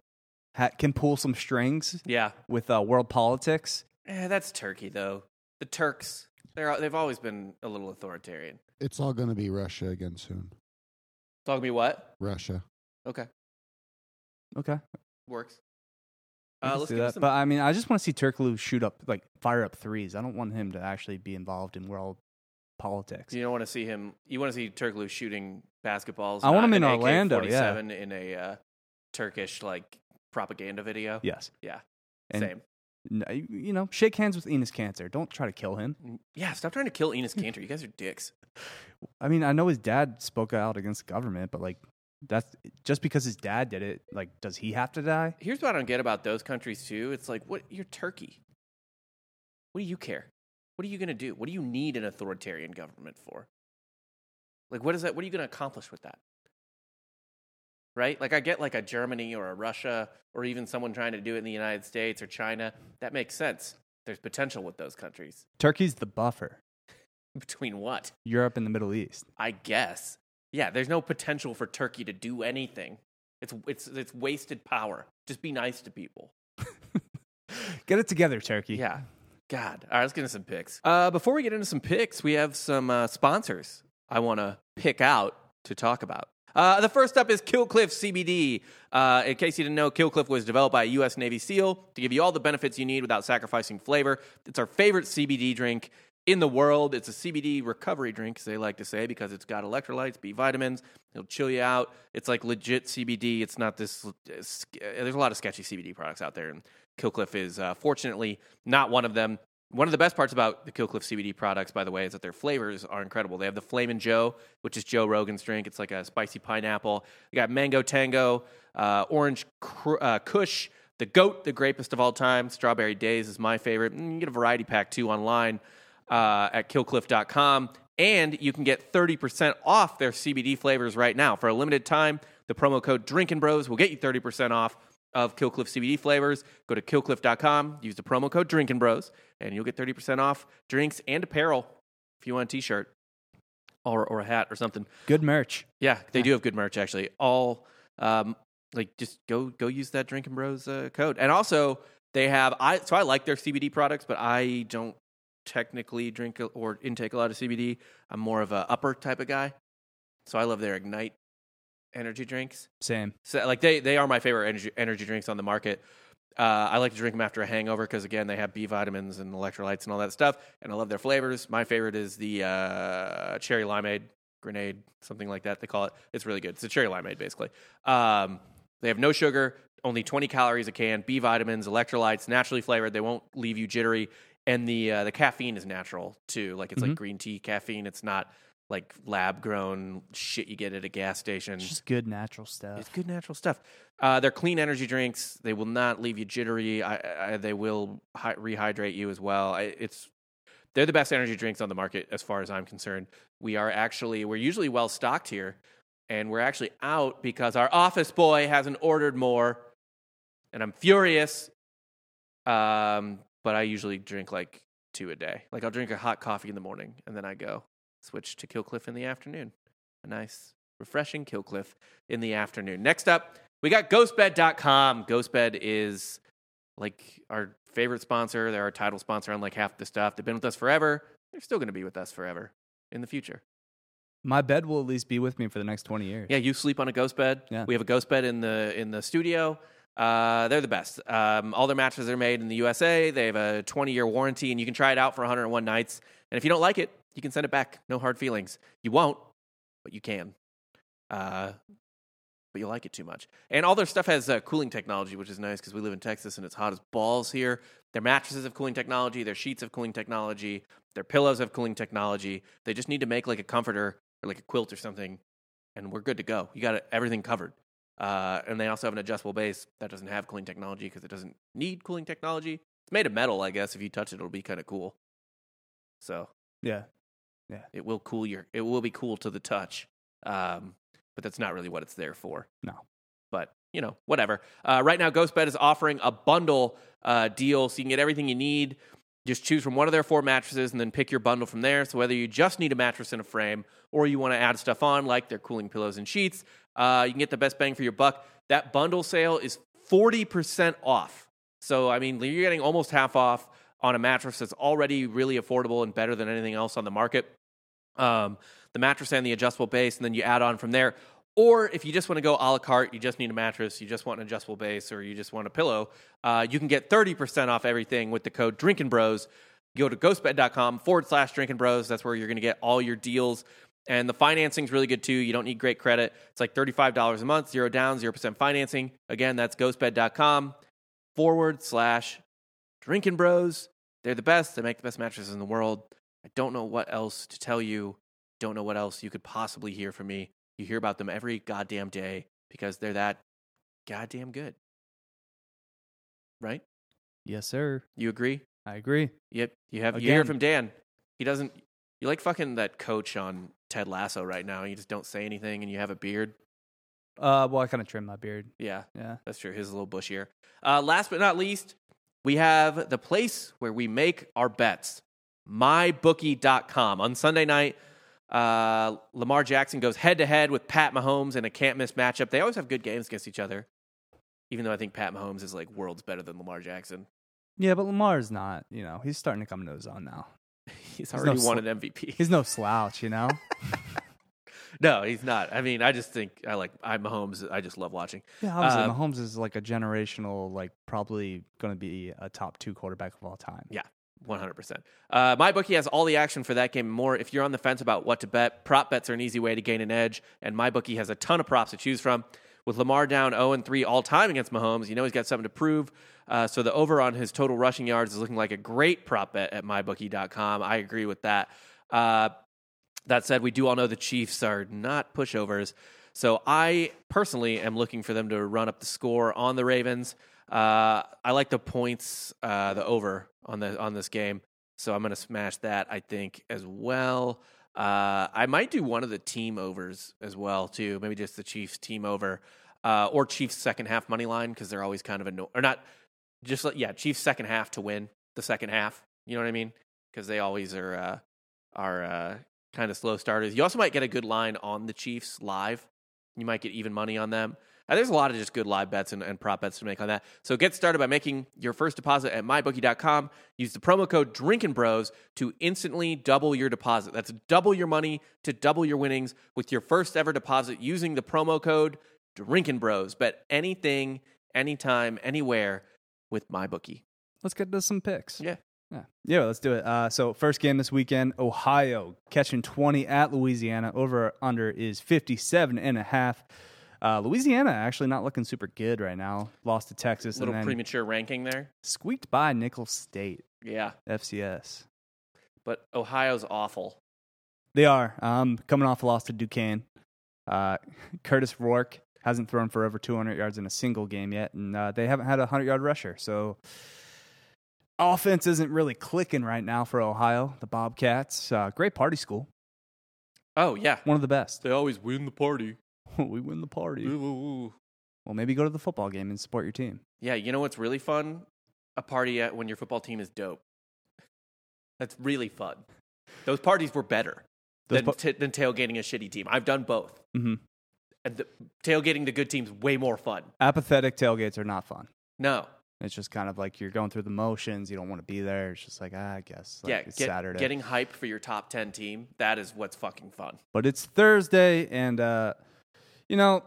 [SPEAKER 1] ha- can pull some strings
[SPEAKER 2] yeah,
[SPEAKER 1] with uh, world politics.
[SPEAKER 2] Eh, that's Turkey though. The Turks, they're they've always been a little authoritarian.
[SPEAKER 3] It's all going to be Russia again soon.
[SPEAKER 2] Talk me what?
[SPEAKER 3] Russia.
[SPEAKER 2] Okay,
[SPEAKER 1] Okay,
[SPEAKER 2] works.
[SPEAKER 1] I
[SPEAKER 2] Uh,
[SPEAKER 1] can
[SPEAKER 2] let's
[SPEAKER 1] see
[SPEAKER 2] give
[SPEAKER 1] that.
[SPEAKER 2] some.
[SPEAKER 1] But I mean, I just want to see Turkoglu shoot up, like fire up threes. I don't want him to actually be involved in world politics.
[SPEAKER 2] you don't want to see him. You want to see Turkoglu shooting basketballs.
[SPEAKER 1] I want
[SPEAKER 2] not
[SPEAKER 1] him in
[SPEAKER 2] an
[SPEAKER 1] Orlando, yeah.
[SPEAKER 2] AK-47 in a uh, Turkish like propaganda video.
[SPEAKER 1] Yes.
[SPEAKER 2] Yeah.
[SPEAKER 1] And
[SPEAKER 2] Same.
[SPEAKER 1] n- uh, you know, shake hands with Enos Cancer. Don't try to kill him.
[SPEAKER 2] Mm, Yeah. Stop trying to kill Enos Cantor. You guys are dicks.
[SPEAKER 1] I mean, I know his dad spoke out against the government, but like that's just because his dad did it, like does he have to die?
[SPEAKER 2] Here's what I don't get about those countries too. It's like, what? You're Turkey. What do you care? What are you gonna do? What do you need an authoritarian government for? Like, what is that? What are you gonna accomplish with that? Right? Like, I get like a Germany or a Russia or even someone trying to do it in the United States or China. That makes sense. There's potential with those countries.
[SPEAKER 1] Turkey's the buffer.
[SPEAKER 2] Between what?
[SPEAKER 1] Europe and the Middle East.
[SPEAKER 2] I guess. Yeah, there's no potential for Turkey to do anything. It's it's it's wasted power. Just be nice to people.
[SPEAKER 1] Get it together, Turkey.
[SPEAKER 2] Yeah. God. All right, let's get into some picks. Uh, before we get into some picks, we have some uh, sponsors I want to pick out to talk about. Uh, the first up is Killcliff CBD. Uh, in case you didn't know, Killcliff was developed by a U.S. Navy SEAL to give you all the benefits you need without sacrificing flavor. It's our favorite CBD drink. in the world. It's a CBD recovery drink, as they like to say, because it's got electrolytes, B vitamins. It'll chill you out. It's like legit CBD. It's not this. uh, sk- uh, There's a lot of sketchy CBD products out there, and Killcliff is uh, fortunately not one of them. One of the best parts about the Killcliff CBD products, by the way, is that their flavors are incredible. They have the Flamin' Joe, which is Joe Rogan's drink. It's like a spicy pineapple. They got Mango Tango, uh, Orange cr- uh, Kush, the Goat, the greatest of all time. Strawberry Days is my favorite. And you can get a variety pack too online uh, at killcliff.com. And you can get 30% off their CBD flavors right now. For a limited time, the promo code Drinkin' Bros will get you 30% off of Killcliff CBD flavors. Go to killcliff.com, use the promo code Drinkin' Bros, and you'll get 30% off drinks and apparel if you want a t shirt or, or a hat or something.
[SPEAKER 1] Good merch.
[SPEAKER 2] Yeah, they do have good merch actually. All um, like just go go use that Drinking Bros uh, code, and also they have I so I like their CBD products, but I don't technically drink or intake a lot of CBD. I'm more of a upper type of guy, so I love their Ignite energy drinks.
[SPEAKER 1] Same.
[SPEAKER 2] So like they they are my favorite energy energy drinks on the market. Uh, I like to drink them after a hangover because again they have B vitamins and electrolytes and all that stuff, and I love their flavors. My favorite is the uh, cherry limeade, grenade, something like that. They call it. It's really good. It's a cherry limeade basically. Um, they have no sugar, only 20 calories a can, B vitamins, electrolytes, naturally flavored. They won't leave you jittery, and the uh, the caffeine is natural too. Like it's like green tea caffeine. It's not like lab grown shit you get at a gas station.
[SPEAKER 1] It's just good natural stuff.
[SPEAKER 2] It's good natural stuff. Uh, they're clean energy drinks. They will not leave you jittery. I, I, they will hi- rehydrate you as well. I, it's they're the best energy drinks on the market as far as I'm concerned. We are actually we're usually well stocked here, and we're actually out because our office boy hasn't ordered more, and I'm furious. Um, but I usually drink like two a day. Like I'll drink a hot coffee in the morning, and then I go switch to Killcliff in the afternoon. A nice, refreshing Killcliff in the afternoon. Next up, we got ghostbed.com. Ghostbed is like our favorite sponsor. They're our title sponsor on like half the stuff. They've been with us forever. They're still going to be with us forever in the future.
[SPEAKER 1] My bed will at least be with me for the next 20 years.
[SPEAKER 2] Yeah, you sleep on a ghost bed.
[SPEAKER 1] Yeah.
[SPEAKER 2] We have a ghost bed in the in the studio. Uh, they're the best. Um, all their mattresses are made in the USA. They have a 20 year warranty, and you can try it out for 101 nights. And if you don't like it, you can send it back. No hard feelings. You won't, but you can. Uh, but you like it too much. And all their stuff has uh, cooling technology, which is nice because we live in Texas and it's hot as balls here. Their mattresses have cooling technology. Their sheets have cooling technology. Their pillows have cooling technology. They just need to make like a comforter or like a quilt or something and we're good to go. You got everything covered. Uh, and they also have an adjustable base that doesn't have cooling technology because it doesn't need cooling technology. It's made of metal, I guess. If you touch it, it'll be kind of cool. So
[SPEAKER 1] Yeah.
[SPEAKER 2] it will cool your. It will be cool to the touch. Um, but that's not really what it's there for.
[SPEAKER 1] No.
[SPEAKER 2] But you know, whatever. Uh, right now, GhostBed is offering a bundle uh, deal, so you can get everything you need. Just choose from one of their four mattresses and then pick your bundle from there. So whether you just need a mattress and a frame, or you want to add stuff on like their cooling pillows and sheets, uh, you can get the best bang for your buck. That bundle sale is forty percent off. So I mean, you're getting almost half off on a mattress that's already really affordable and better than anything else on the market um, the mattress and the adjustable base, and then you add on from there. Or if you just want to go a la carte, you just need a mattress, you just want an adjustable base, or you just want a pillow, uh, you can get 30% off everything with the code Drinking Bros. Go to ghostbed.com forward slash Drinking Bros. That's where you're going to get all your deals. And the financing's really good too. You don't need great credit. It's like $35 a month, zero down, 0% financing. Again, that's ghostbed.com forward slash Drinking Bros. They're the best. They make the best mattresses in the world. I don't know what else to tell you. Don't know what else you could possibly hear from me. You hear about them every goddamn day because they're that goddamn good. Right?
[SPEAKER 1] Yes, sir.
[SPEAKER 2] You agree?
[SPEAKER 1] I agree.
[SPEAKER 2] Yep. You have you hear
[SPEAKER 1] Again.
[SPEAKER 2] from Dan. He doesn't you like fucking that coach on Ted Lasso right now. You just don't say anything and you have a beard.
[SPEAKER 1] Uh, well, I kind of trimmed my beard.
[SPEAKER 2] Yeah.
[SPEAKER 1] Yeah.
[SPEAKER 2] That's true. His is a little bushier. Uh, last but not least, we have the place where we make our bets, mybookie.com. On Sunday night, uh, Lamar Jackson goes head to head with Pat Mahomes in a can't miss matchup. They always have good games against each other, even though I think Pat Mahomes is like worlds better than Lamar Jackson.
[SPEAKER 1] Yeah, but Lamar's not, you know, he's starting to come to his own now.
[SPEAKER 2] He's
[SPEAKER 1] no
[SPEAKER 2] already won
[SPEAKER 1] sl-
[SPEAKER 2] an MVP.
[SPEAKER 1] He's no slouch, you know?
[SPEAKER 2] no, he's not. I mean, I just think I like I Mahomes. I just love watching.
[SPEAKER 1] yeah, obviously,
[SPEAKER 2] Uh,
[SPEAKER 1] Mahomes is like a generational, like, probably going to be a top two quarterback of all time.
[SPEAKER 2] Yeah, 100%. Uh, my bookie has all the action for that game and more. If you're on the fence about what to bet, prop bets are an easy way to gain an edge, and my bookie has a ton of props to choose from. With Lamar down 0 3 all time against Mahomes, you know he's got something to prove. Uh, so the over on his total rushing yards is looking like a great prop bet at mybookie.com. I agree with that. Uh, that said, we do all know the Chiefs are not pushovers. So I personally am looking for them to run up the score on the Ravens. Uh, I like the points, uh, the over on the on this game. So I'm going to smash that. I think as well. Uh, I might do one of the team overs as well too. Maybe just the Chiefs team over, uh, or Chiefs second half money line because they're always kind of annoying or not. Just like, yeah, Chiefs second half to win the second half. You know what I mean? Because they always are uh, are uh, kind of slow starters. You also might get a good line on the Chiefs live. You might get even money on them. And there's a lot of just good live bets and, and prop bets to make on that. So get started by making your first deposit at mybookie.com. Use the promo code Drinking Bros to instantly double your deposit. That's double your money to double your winnings with your first ever deposit using the promo code Drinking Bros. Bet anything, anytime, anywhere with MyBookie.
[SPEAKER 1] Let's get to some picks.
[SPEAKER 2] Yeah.
[SPEAKER 1] Yeah, yeah let's do it. Uh, so, first game this weekend Ohio catching 20 at Louisiana. Over under is 57 and a half. Uh, Louisiana actually not looking super good right now. Lost to Texas
[SPEAKER 2] Little
[SPEAKER 1] and then
[SPEAKER 2] premature ranking there.
[SPEAKER 1] squeaked by Nickel State,
[SPEAKER 2] Yeah.
[SPEAKER 1] FCS.
[SPEAKER 2] But Ohio's awful.
[SPEAKER 1] They are um, coming off a loss to Duquesne. Uh, Curtis Rourke hasn't thrown for over 200 yards in a single game yet, and uh, they haven't had a 100 yard rusher. So offense isn't really clicking right now for Ohio. The Bobcats, uh, great party school,
[SPEAKER 2] Oh, yeah.
[SPEAKER 1] one of the best.
[SPEAKER 2] They always win the party.
[SPEAKER 1] we win the party.
[SPEAKER 2] Ooh, ooh, ooh.
[SPEAKER 1] Well, maybe go to the football game and support your team.
[SPEAKER 2] Yeah, you know what's really fun? A party at when your football team is dope. That's really fun. Those parties were better
[SPEAKER 1] Those
[SPEAKER 2] than, t- than tailgating a shitty team. I've done both.
[SPEAKER 1] Mhm.
[SPEAKER 2] And the, tailgating the good team's way more fun.
[SPEAKER 1] Apathetic tailgates are not fun.
[SPEAKER 2] No.
[SPEAKER 1] It's just kind of like you're going through the motions. You don't want to be there. It's just like, ah, I guess. Like,
[SPEAKER 2] yeah,
[SPEAKER 1] it's
[SPEAKER 2] get-
[SPEAKER 1] Saturday.
[SPEAKER 2] getting hype for your top 10 team, that is what's fucking fun.
[SPEAKER 1] but it's Thursday, and uh, you know,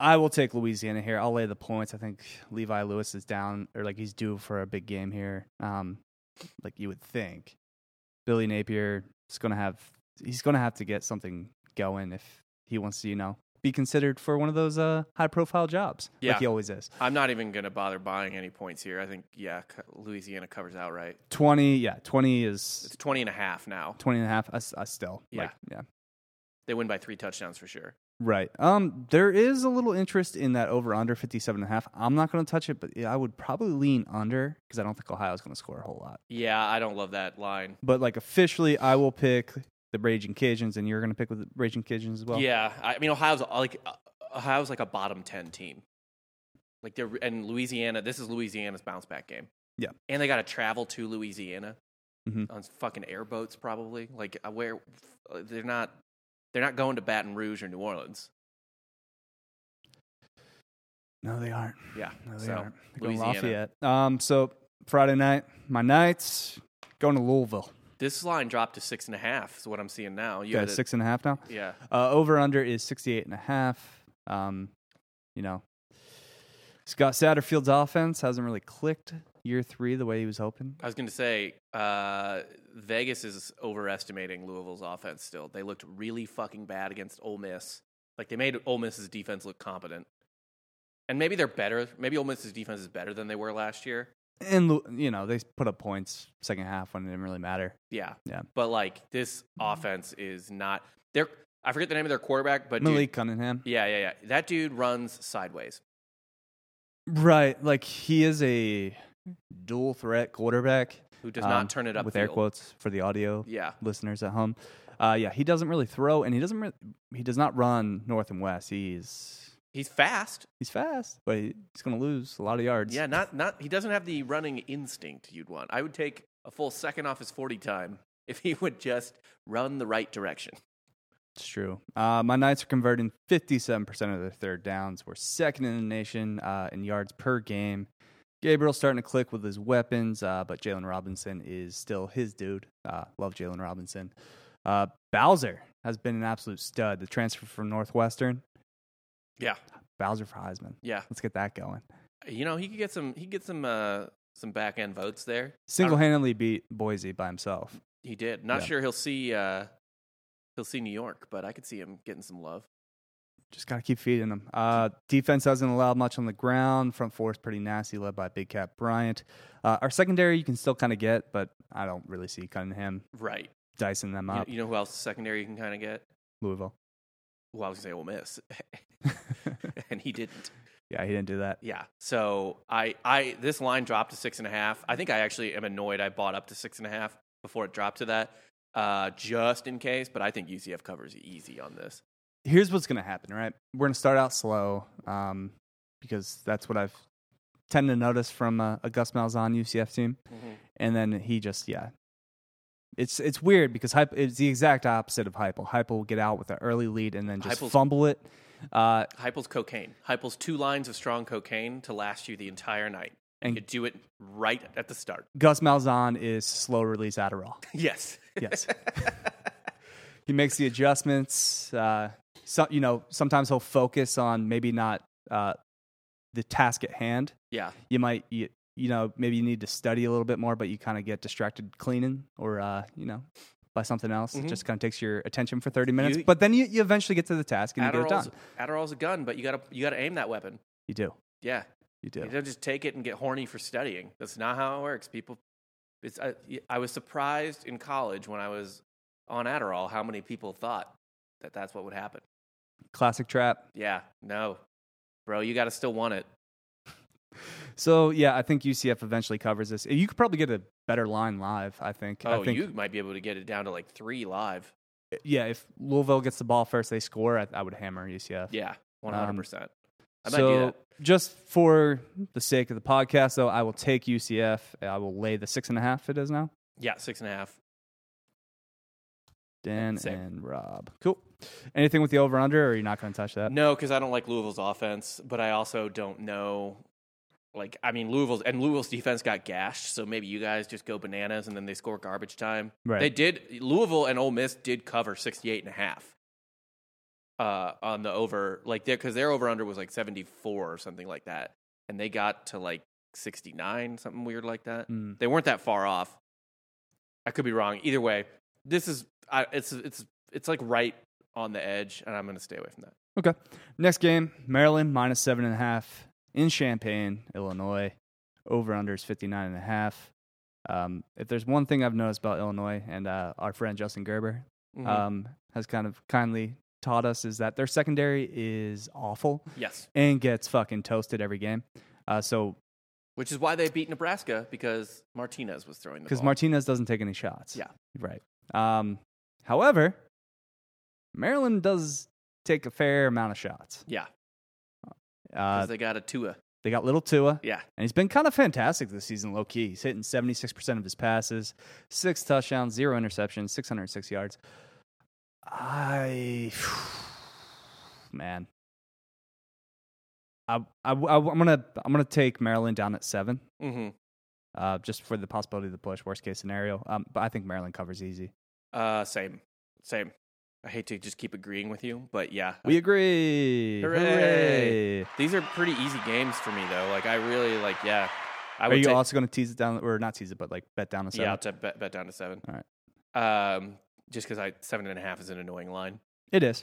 [SPEAKER 1] I will take Louisiana here. I'll lay the points. I think Levi Lewis is down, or like he's due for a big game here. Um, like you would think, Billy Napier is going to have he's going to have to get something going if he wants to, you know, be considered for one of those uh, high profile jobs.
[SPEAKER 2] Yeah.
[SPEAKER 1] like he always is.
[SPEAKER 2] I'm not even going to bother buying any points here. I think, yeah, co- Louisiana covers outright.
[SPEAKER 1] Twenty, yeah, twenty is
[SPEAKER 2] It's 20 and a half now.
[SPEAKER 1] 20 and a half. Us, us still,
[SPEAKER 2] Yeah.
[SPEAKER 1] like, yeah.
[SPEAKER 2] They win by three touchdowns for sure.
[SPEAKER 1] Right. Um, there is a little interest in that over under 57 and a half. I'm not going to touch it, but yeah, I would probably lean under because I don't think Ohio's going to score a whole lot.
[SPEAKER 2] Yeah, I don't love that line.
[SPEAKER 1] But like officially, I will pick the Raging Cajuns, and you're going to pick with the Raging Cajuns as well.
[SPEAKER 2] yeah, I I mean Ohio's like uh, Ohio's like a bottom ten team. Like they're and Louisiana. This is Louisiana's bounce back game.
[SPEAKER 1] Yeah.
[SPEAKER 2] and they got to travel to Louisiana
[SPEAKER 1] Mhm.
[SPEAKER 2] on fucking airboats, probably. Like uh, where uh, they're not they're not going to Baton Rouge or New Orleans.
[SPEAKER 1] No, they aren't.
[SPEAKER 2] Yeah,
[SPEAKER 1] No, they
[SPEAKER 2] so
[SPEAKER 1] aren't. They're going
[SPEAKER 2] Louisiana.
[SPEAKER 1] Lafayette. Um, so Friday night, my nights going to Louisville.
[SPEAKER 2] this line dropped to six and a half. Is what I'm seeing now. You
[SPEAKER 1] Yeah,
[SPEAKER 2] had it-
[SPEAKER 1] six and a half now.
[SPEAKER 2] Yeah,
[SPEAKER 1] Uh, over under is 68 and a half. Um, you know, Scott Satterfield's offense hasn't really clicked year three the way he was hoping.
[SPEAKER 2] I was going to say uh, Vegas is overestimating Louisville's offense. Still, they looked really fucking bad against Ole Miss. Like they made Ole Miss's defense look competent, and maybe they're better. Maybe Ole Miss's defense is better than they were last year.
[SPEAKER 1] and Lu- you know they put up points second half when it didn't really matter.
[SPEAKER 2] Yeah,
[SPEAKER 1] Yeah. Mm-hmm.
[SPEAKER 2] But like this offense is not. They're I forget the name of their quarterback, but dude-
[SPEAKER 1] Malik Cunningham,
[SPEAKER 2] yeah, yeah, yeah. That dude runs sideways.
[SPEAKER 1] right? Like he is a dual threat quarterback.
[SPEAKER 2] Who does
[SPEAKER 1] um,
[SPEAKER 2] not turn it up
[SPEAKER 1] with air
[SPEAKER 2] field.
[SPEAKER 1] quotes for the audio
[SPEAKER 2] Yeah,
[SPEAKER 1] listeners at home. Uh, yeah, he doesn't really throw, and he doesn't. Really, he does not run north and west. He's
[SPEAKER 2] he's fast.
[SPEAKER 1] he's fast, but he- he's going to lose a lot of yards.
[SPEAKER 2] Yeah, not not he doesn't have the running instinct you'd want. I would take a full second off his 40 time if he would just run the right direction.
[SPEAKER 1] It's true. Uh, my Knights are converting 57% of their third downs. We're second in the nation uh, in yards per game. Gabriel's starting to click with his weapons, uh, but Jalen Robinson is still his dude. Uh, love Jalen Robinson. Uh, Bowser has been an absolute stud. The transfer from Northwestern.
[SPEAKER 2] Yeah.
[SPEAKER 1] Bowser for Heisman.
[SPEAKER 2] Yeah.
[SPEAKER 1] Let's get that going.
[SPEAKER 2] You know, he could get some he could get some uh some back end votes there.
[SPEAKER 1] Single handedly beat Boise by himself.
[SPEAKER 2] He did. Not
[SPEAKER 1] Yeah.
[SPEAKER 2] sure he'll see uh, he'll see New York, but I could see him getting some love.
[SPEAKER 1] Just got to keep feeding them. Uh, defense doesn't allow much on the ground. Front four is pretty nasty, led by Big Cat Bryant. Uh, our secondary you can still kind of get, but I don't really see Cunningham
[SPEAKER 2] Right.
[SPEAKER 1] dicing them
[SPEAKER 2] You-
[SPEAKER 1] up.
[SPEAKER 2] You, know who else secondary you can kind of get?
[SPEAKER 1] Louisville.
[SPEAKER 2] Well, I was gonna say Ole Miss, and he didn't.
[SPEAKER 1] yeah, he didn't do that.
[SPEAKER 2] Yeah. So I, I this line dropped to six and a half. I think I actually am annoyed. I bought up to six and a half before it dropped to that, uh, just in case. But I think UCF covers easy on this.
[SPEAKER 1] here's what's going to happen, right? We're going to start out slow um, because that's what I've tend to notice from uh, a Gus Malzahn UCF team, and then he just yeah. It's it's weird because Hype, it's the exact opposite of Hypel. Hypel will get out with an early lead and then just
[SPEAKER 2] Hypel's-
[SPEAKER 1] fumble it. Uh,
[SPEAKER 2] Heupel's cocaine. Heupel's two lines of strong cocaine to last you the entire night.
[SPEAKER 1] And-
[SPEAKER 2] you do it right at the start.
[SPEAKER 1] Gus Malzahn is slow release Adderall.
[SPEAKER 2] Yes.
[SPEAKER 1] Yes, he makes the adjustments. Uh, so, you know, sometimes he'll focus on maybe not uh, the task at hand,
[SPEAKER 2] yeah.
[SPEAKER 1] you might you, you know maybe you need to study a little bit more but you kind of get distracted cleaning or uh, you know by something else
[SPEAKER 2] Mhm.
[SPEAKER 1] it just kind of takes your attention for 30 minutes
[SPEAKER 2] You-
[SPEAKER 1] but then you, you eventually get to the task and you get it
[SPEAKER 2] Adderall's,
[SPEAKER 1] done
[SPEAKER 2] Adderall's a gun, but you gotta you gotta aim that weapon.
[SPEAKER 1] you do
[SPEAKER 2] Yeah.
[SPEAKER 1] you do
[SPEAKER 2] You don't just take it and get horny for studying. That's not how it works. People, it's, I, I was surprised in college when I was on Adderall how many people thought that that's what would happen.
[SPEAKER 1] classic trap
[SPEAKER 2] Yeah, no, bro, you got to still want it.
[SPEAKER 1] so yeah i think ucf eventually covers this you could probably get a better line live i think
[SPEAKER 2] Oh,
[SPEAKER 1] i think
[SPEAKER 2] you might be able to get it down to like three live.
[SPEAKER 1] yeah if louisville gets the ball first they score i, I would hammer ucf
[SPEAKER 2] Yeah, one hundred percent. I
[SPEAKER 1] Um,
[SPEAKER 2] might
[SPEAKER 1] so
[SPEAKER 2] do that.
[SPEAKER 1] just for the sake of the podcast though i will take ucf i will lay the six and a half it is now
[SPEAKER 2] Yeah, six and a half.
[SPEAKER 1] Dan
[SPEAKER 2] Sick.
[SPEAKER 1] and Rob. Cool. Anything with the over under, or are you not going to touch that?
[SPEAKER 2] No, because I don't like Louisville's offense, but I also don't know. Like, I mean, Louisville's and Louisville's defense got gashed, so maybe you guys just go bananas and then they score garbage time.
[SPEAKER 1] Right.
[SPEAKER 2] They did. Louisville and Ole Miss did cover 68 and a half uh, on the over, like there, because their over under was like 74 or something like that. And they got to like 69, something weird like that.
[SPEAKER 1] Mm.
[SPEAKER 2] They weren't that far off. I could be wrong. Either way, this is, I, it's, it's, it's like right on the edge, and I'm going to stay away from that.
[SPEAKER 1] Okay. Next game, Maryland minus seven and a half in Champaign, Illinois. Over under is 59 and a half. Um, if there's one thing I've noticed about Illinois and uh, our friend Justin Gerber
[SPEAKER 2] Mhm.
[SPEAKER 1] um, has kind of kindly taught us is that their secondary is awful
[SPEAKER 2] Yes,
[SPEAKER 1] and gets fucking toasted every game. Uh, so
[SPEAKER 2] which is why they beat Nebraska because Martinez was throwing the
[SPEAKER 1] because
[SPEAKER 2] ball.
[SPEAKER 1] Martinez doesn't take any shots.
[SPEAKER 2] Yeah.
[SPEAKER 1] right. Um, however, Maryland does take a fair amount of shots.
[SPEAKER 2] yeah, 'cause
[SPEAKER 1] Uh,
[SPEAKER 2] they got a Tua.
[SPEAKER 1] they got little Tua,
[SPEAKER 2] Yeah,
[SPEAKER 1] and he's been kind of fantastic this season, low key. He's hitting seventy six percent of his passes, six touchdowns, zero interceptions, six hundred six yards. I, man, I, I, I, am gonna, I'm gonna take Maryland down at seven,
[SPEAKER 2] hmm
[SPEAKER 1] uh, just for the possibility of the push, worst case scenario. Um, but I think Maryland covers easy.
[SPEAKER 2] Uh, same, same. I hate to just keep agreeing with you, but yeah,
[SPEAKER 1] We agree.
[SPEAKER 2] Hooray. these are pretty easy games for me though. Like I really like, yeah. I
[SPEAKER 1] Are you
[SPEAKER 2] take-
[SPEAKER 1] also going to tease it down, or not tease it, but like bet down a seven?
[SPEAKER 2] yeah to bet, bet down to seven.
[SPEAKER 1] All
[SPEAKER 2] right. Um, just because I seven and a half is an annoying line.
[SPEAKER 1] It is.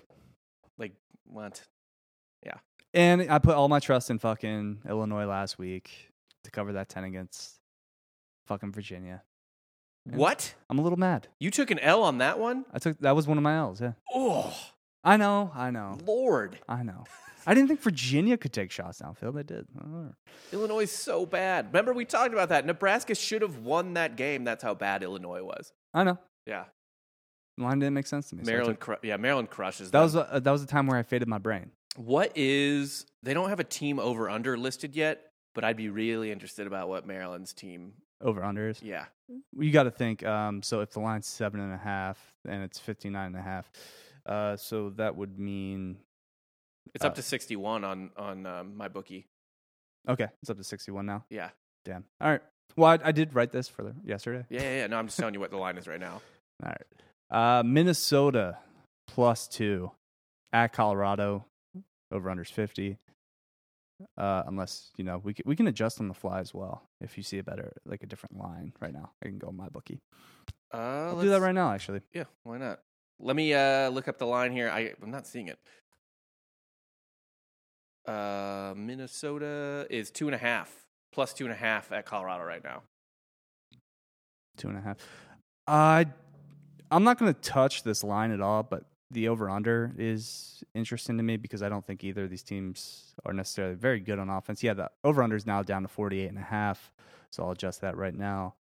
[SPEAKER 2] What?
[SPEAKER 1] And I put all my trust in fucking Illinois last week to cover that 10 against fucking Virginia. Yeah.
[SPEAKER 2] What?
[SPEAKER 1] I'm a little mad.
[SPEAKER 2] You took an L on that one?
[SPEAKER 1] I took that was one of my L's. Yeah.
[SPEAKER 2] Oh,
[SPEAKER 1] I know. I know.
[SPEAKER 2] Lord!
[SPEAKER 1] I know. I didn't think Virginia could take shots downfield. They did. Oh.
[SPEAKER 2] Illinois is so bad. Remember we talked about that. Nebraska should have won that game. That's how bad Illinois was.
[SPEAKER 1] I know.
[SPEAKER 2] Yeah,
[SPEAKER 1] Line didn't make sense to me. so I
[SPEAKER 2] Maryland.
[SPEAKER 1] took-
[SPEAKER 2] Cru- yeah, Maryland crushes.
[SPEAKER 1] that
[SPEAKER 2] them.
[SPEAKER 1] was a, that was a time where I faded my brain.
[SPEAKER 2] What is they don't have a team over under listed yet, but I'd be really interested about what Maryland's team.
[SPEAKER 1] Over unders.
[SPEAKER 2] Yeah,
[SPEAKER 1] you got to think um so if the line's seven and a half and it's 59 and a half uh so that would mean
[SPEAKER 2] it's up
[SPEAKER 1] Uh,
[SPEAKER 2] to sixty one on on um, my bookie.
[SPEAKER 1] okay it's up to 61 now
[SPEAKER 2] Yeah.
[SPEAKER 1] damn all right well i, I did write this for the, yesterday
[SPEAKER 2] Yeah, yeah, yeah. No, I'm just telling you what the line is right now.
[SPEAKER 1] all right uh minnesota plus two at colorado over unders 50 uh, unless you know we can, we can adjust on the fly as well. If you see a better like a different line right now, I can go on my bookie.
[SPEAKER 2] Uh,
[SPEAKER 1] I'll do that right now. Actually,
[SPEAKER 2] Yeah, why not? Let me uh, look up the line here. I, I'm not seeing it. Uh, Minnesota is two and a half, plus two and a half at Colorado right now.
[SPEAKER 1] two and a half. I I'm not going to touch this line at all, but the over under is interesting to me because I don't think either of these teams are necessarily very good on offense. Yeah, the over under is now down to 48 and a half, so I'll adjust that right now.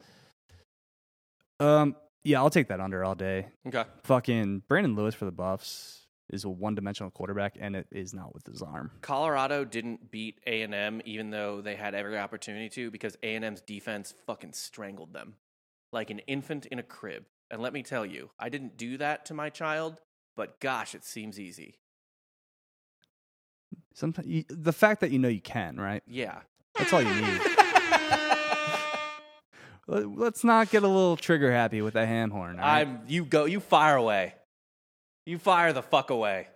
[SPEAKER 1] Um yeah, I'll take that under all day.
[SPEAKER 2] Okay.
[SPEAKER 1] Fucking Brandon Lewis for the Buffs is a one-dimensional quarterback and it is not with his arm.
[SPEAKER 2] Colorado didn't beat A&M even though they had every opportunity to because A&M's defense fucking strangled them like an infant in a crib. And let me tell you, I didn't do that to my child, but gosh, it seems easy.
[SPEAKER 1] Sometimes you, the fact that you know you can, right?
[SPEAKER 2] Yeah.
[SPEAKER 1] That's all you need. Let- Let's not get a little trigger happy with that ham horn. all right?
[SPEAKER 2] I'm you go you fire away. You fire the fuck away.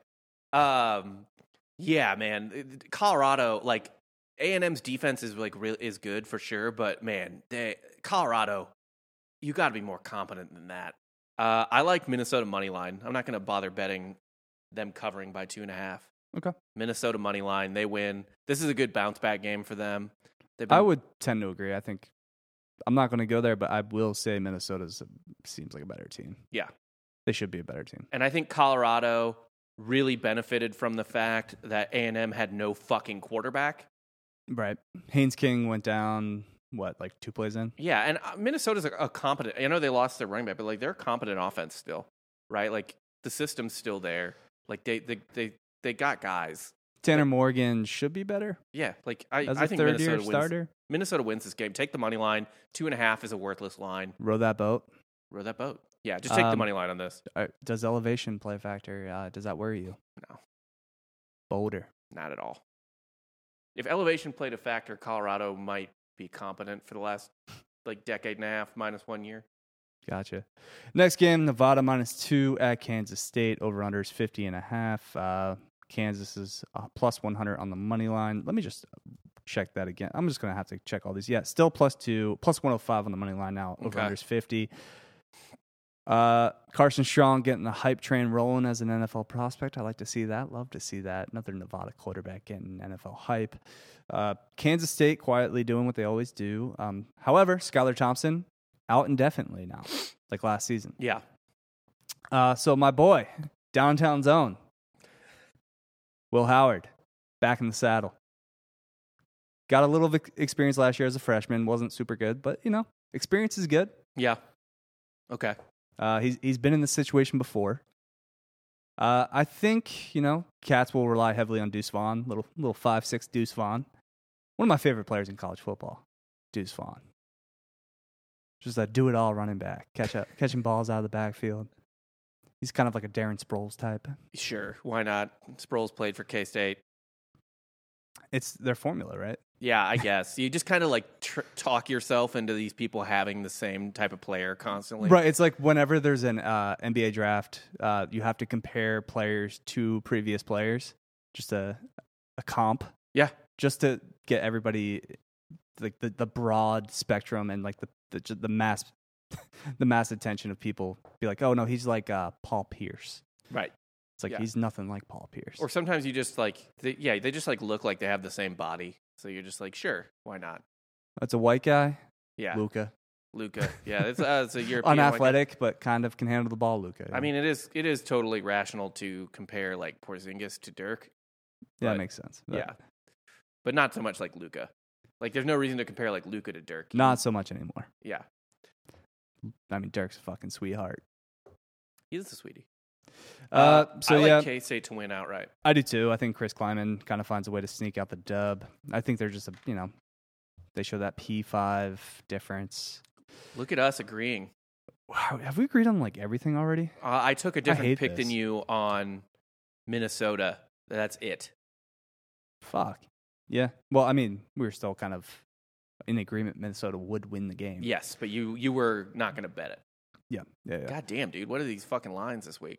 [SPEAKER 2] Um yeah, man. It- Colorado like A&M's defense is like real is good for sure, but man, they Colorado you got to be more competent than that. Uh, I like Minnesota money line. I'm not going to bother betting them covering by two and a half.
[SPEAKER 1] Okay.
[SPEAKER 2] Minnesota money line. They win. This is a good bounce back game for them. They've
[SPEAKER 1] I would tend to agree. I think I'm not going to go there, but I will say Minnesota's seems like a better team.
[SPEAKER 2] Yeah.
[SPEAKER 1] they should be a better team.
[SPEAKER 2] and I think Colorado really benefited from the fact that A and M had no fucking quarterback.
[SPEAKER 1] Right. Haynes King went down. What, like two plays in?
[SPEAKER 2] Yeah, and uh, Minnesota's a, a competent. I know they lost their running back, but like they're a competent offense still, right? Like the system's still there. Like they they they, they got guys.
[SPEAKER 1] Tanner Morgan should be better
[SPEAKER 2] Yeah, like I,
[SPEAKER 1] as a
[SPEAKER 2] I think
[SPEAKER 1] third
[SPEAKER 2] Minnesota
[SPEAKER 1] year
[SPEAKER 2] wins.
[SPEAKER 1] starter.
[SPEAKER 2] Minnesota wins this game. Take the money line. Two and a half is a worthless line.
[SPEAKER 1] Row that boat.
[SPEAKER 2] Row that boat. Yeah, just take the
[SPEAKER 1] Um,
[SPEAKER 2] money line on this.
[SPEAKER 1] Uh, does elevation play a factor? Uh, does that worry you?
[SPEAKER 2] No.
[SPEAKER 1] Boulder.
[SPEAKER 2] Not at all. If elevation played a factor, Colorado might be competent for the last like decade and a half minus one year.
[SPEAKER 1] Gotcha. Next game, Nevada minus two at Kansas State. Over under is 50 and a half. Uh, Kansas is uh, plus 100 on the money line. Let me just check that again. I'm just going to have to check all these. Yeah, still plus two, plus 105 on the money line now. Over
[SPEAKER 2] Okay.
[SPEAKER 1] under is 50. Uh, Carson Strong getting the hype train rolling as an NFL prospect. I like to see that. Love to see that. Another Nevada quarterback getting NFL hype. Uh, Kansas State quietly doing what they always do. Um, however, Skylar Thompson out indefinitely now, like last season.
[SPEAKER 2] Yeah.
[SPEAKER 1] Uh, so my boy, downtown zone, Will Howard, back in the saddle. Got a little vic- experience last year as a freshman. wasn't super good, but you know, experience is good.
[SPEAKER 2] Yeah. Okay.
[SPEAKER 1] Uh, he's he's been in this situation before. Uh, I think you know Cats will rely heavily on Deuce Vaughn, little little five six Deuce Vaughn, one of my favorite players in college football, Deuce Vaughn. Just a do it all running back, catch up, catching balls out of the backfield. He's kind of like a Darren Sproles type.
[SPEAKER 2] Sure. Why not? Sproles played for K State.
[SPEAKER 1] It's their formula, right?
[SPEAKER 2] Yeah, I guess you just kind of like tr- talk yourself into these people having the same type of player constantly.
[SPEAKER 1] Right. It's like whenever there's an uh, NBA draft, uh, you have to compare players to previous players, just a a comp.
[SPEAKER 2] Yeah.
[SPEAKER 1] Just to get everybody like the, the broad spectrum and like the the, ju- the mass the mass attention of people be like, oh no, he's like uh, Paul Pierce.
[SPEAKER 2] Right.
[SPEAKER 1] It's like
[SPEAKER 2] Yeah.
[SPEAKER 1] he's nothing like Paul Pierce.
[SPEAKER 2] Or sometimes you just like, they, yeah, they just like look like they have the same body. So you're just like, sure, why not?
[SPEAKER 1] That's a white guy,
[SPEAKER 2] Yeah.
[SPEAKER 1] Luca,
[SPEAKER 2] Luca. Yeah, it's, uh, it's a European. like-
[SPEAKER 1] unathletic but kind of can handle the ball, Luca.
[SPEAKER 2] I mean, it is it is totally rational to compare like Porzingis to Dirk.
[SPEAKER 1] yeah,
[SPEAKER 2] but-
[SPEAKER 1] that makes sense. That-
[SPEAKER 2] Yeah, but not so much like Luca. Like, there's no reason to compare like Luca to Dirk.
[SPEAKER 1] Not so much anymore.
[SPEAKER 2] Yeah,
[SPEAKER 1] I mean, Dirk's a fucking sweetheart.
[SPEAKER 2] he's a sweetie.
[SPEAKER 1] Uh, so
[SPEAKER 2] I like
[SPEAKER 1] yeah,
[SPEAKER 2] K State to win outright.
[SPEAKER 1] I do too. I think Chris Kleiman kind of finds a way to sneak out the dub. I think they're just a you know they show that P five difference.
[SPEAKER 2] Look at us agreeing.
[SPEAKER 1] Wow, have we agreed on like everything already?
[SPEAKER 2] Uh, I took a different
[SPEAKER 1] hate
[SPEAKER 2] pick than
[SPEAKER 1] this.
[SPEAKER 2] you on Minnesota. That's it.
[SPEAKER 1] Fuck. Yeah. Well, I mean, we were still kind of in agreement Minnesota would win the game.
[SPEAKER 2] Yes, but you you were not going to bet it.
[SPEAKER 1] Yeah. Yeah. yeah.
[SPEAKER 2] God damn, dude! What are these fucking lines this week?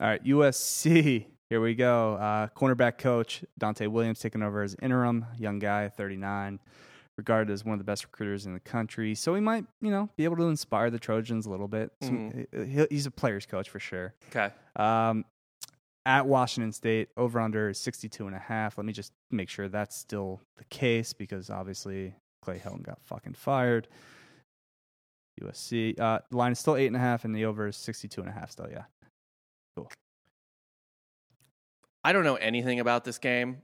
[SPEAKER 1] All right. USC Here we go. Uh, cornerback coach Dante Williams taking over as interim, young guy, 39, regarded as one of the best recruiters in the country. So he might, you know, be able to inspire the Trojans a little bit. Some- he- he's a player's coach for sure.
[SPEAKER 2] Okay.
[SPEAKER 1] Um, at Washington State, over under is 62 and a half. Let me just make sure that's still the case because obviously Clay Helton got fucking fired. USC, uh, the line is still eight and a half and the over is 62 and a half still, yeah.
[SPEAKER 2] I don't know anything about this game.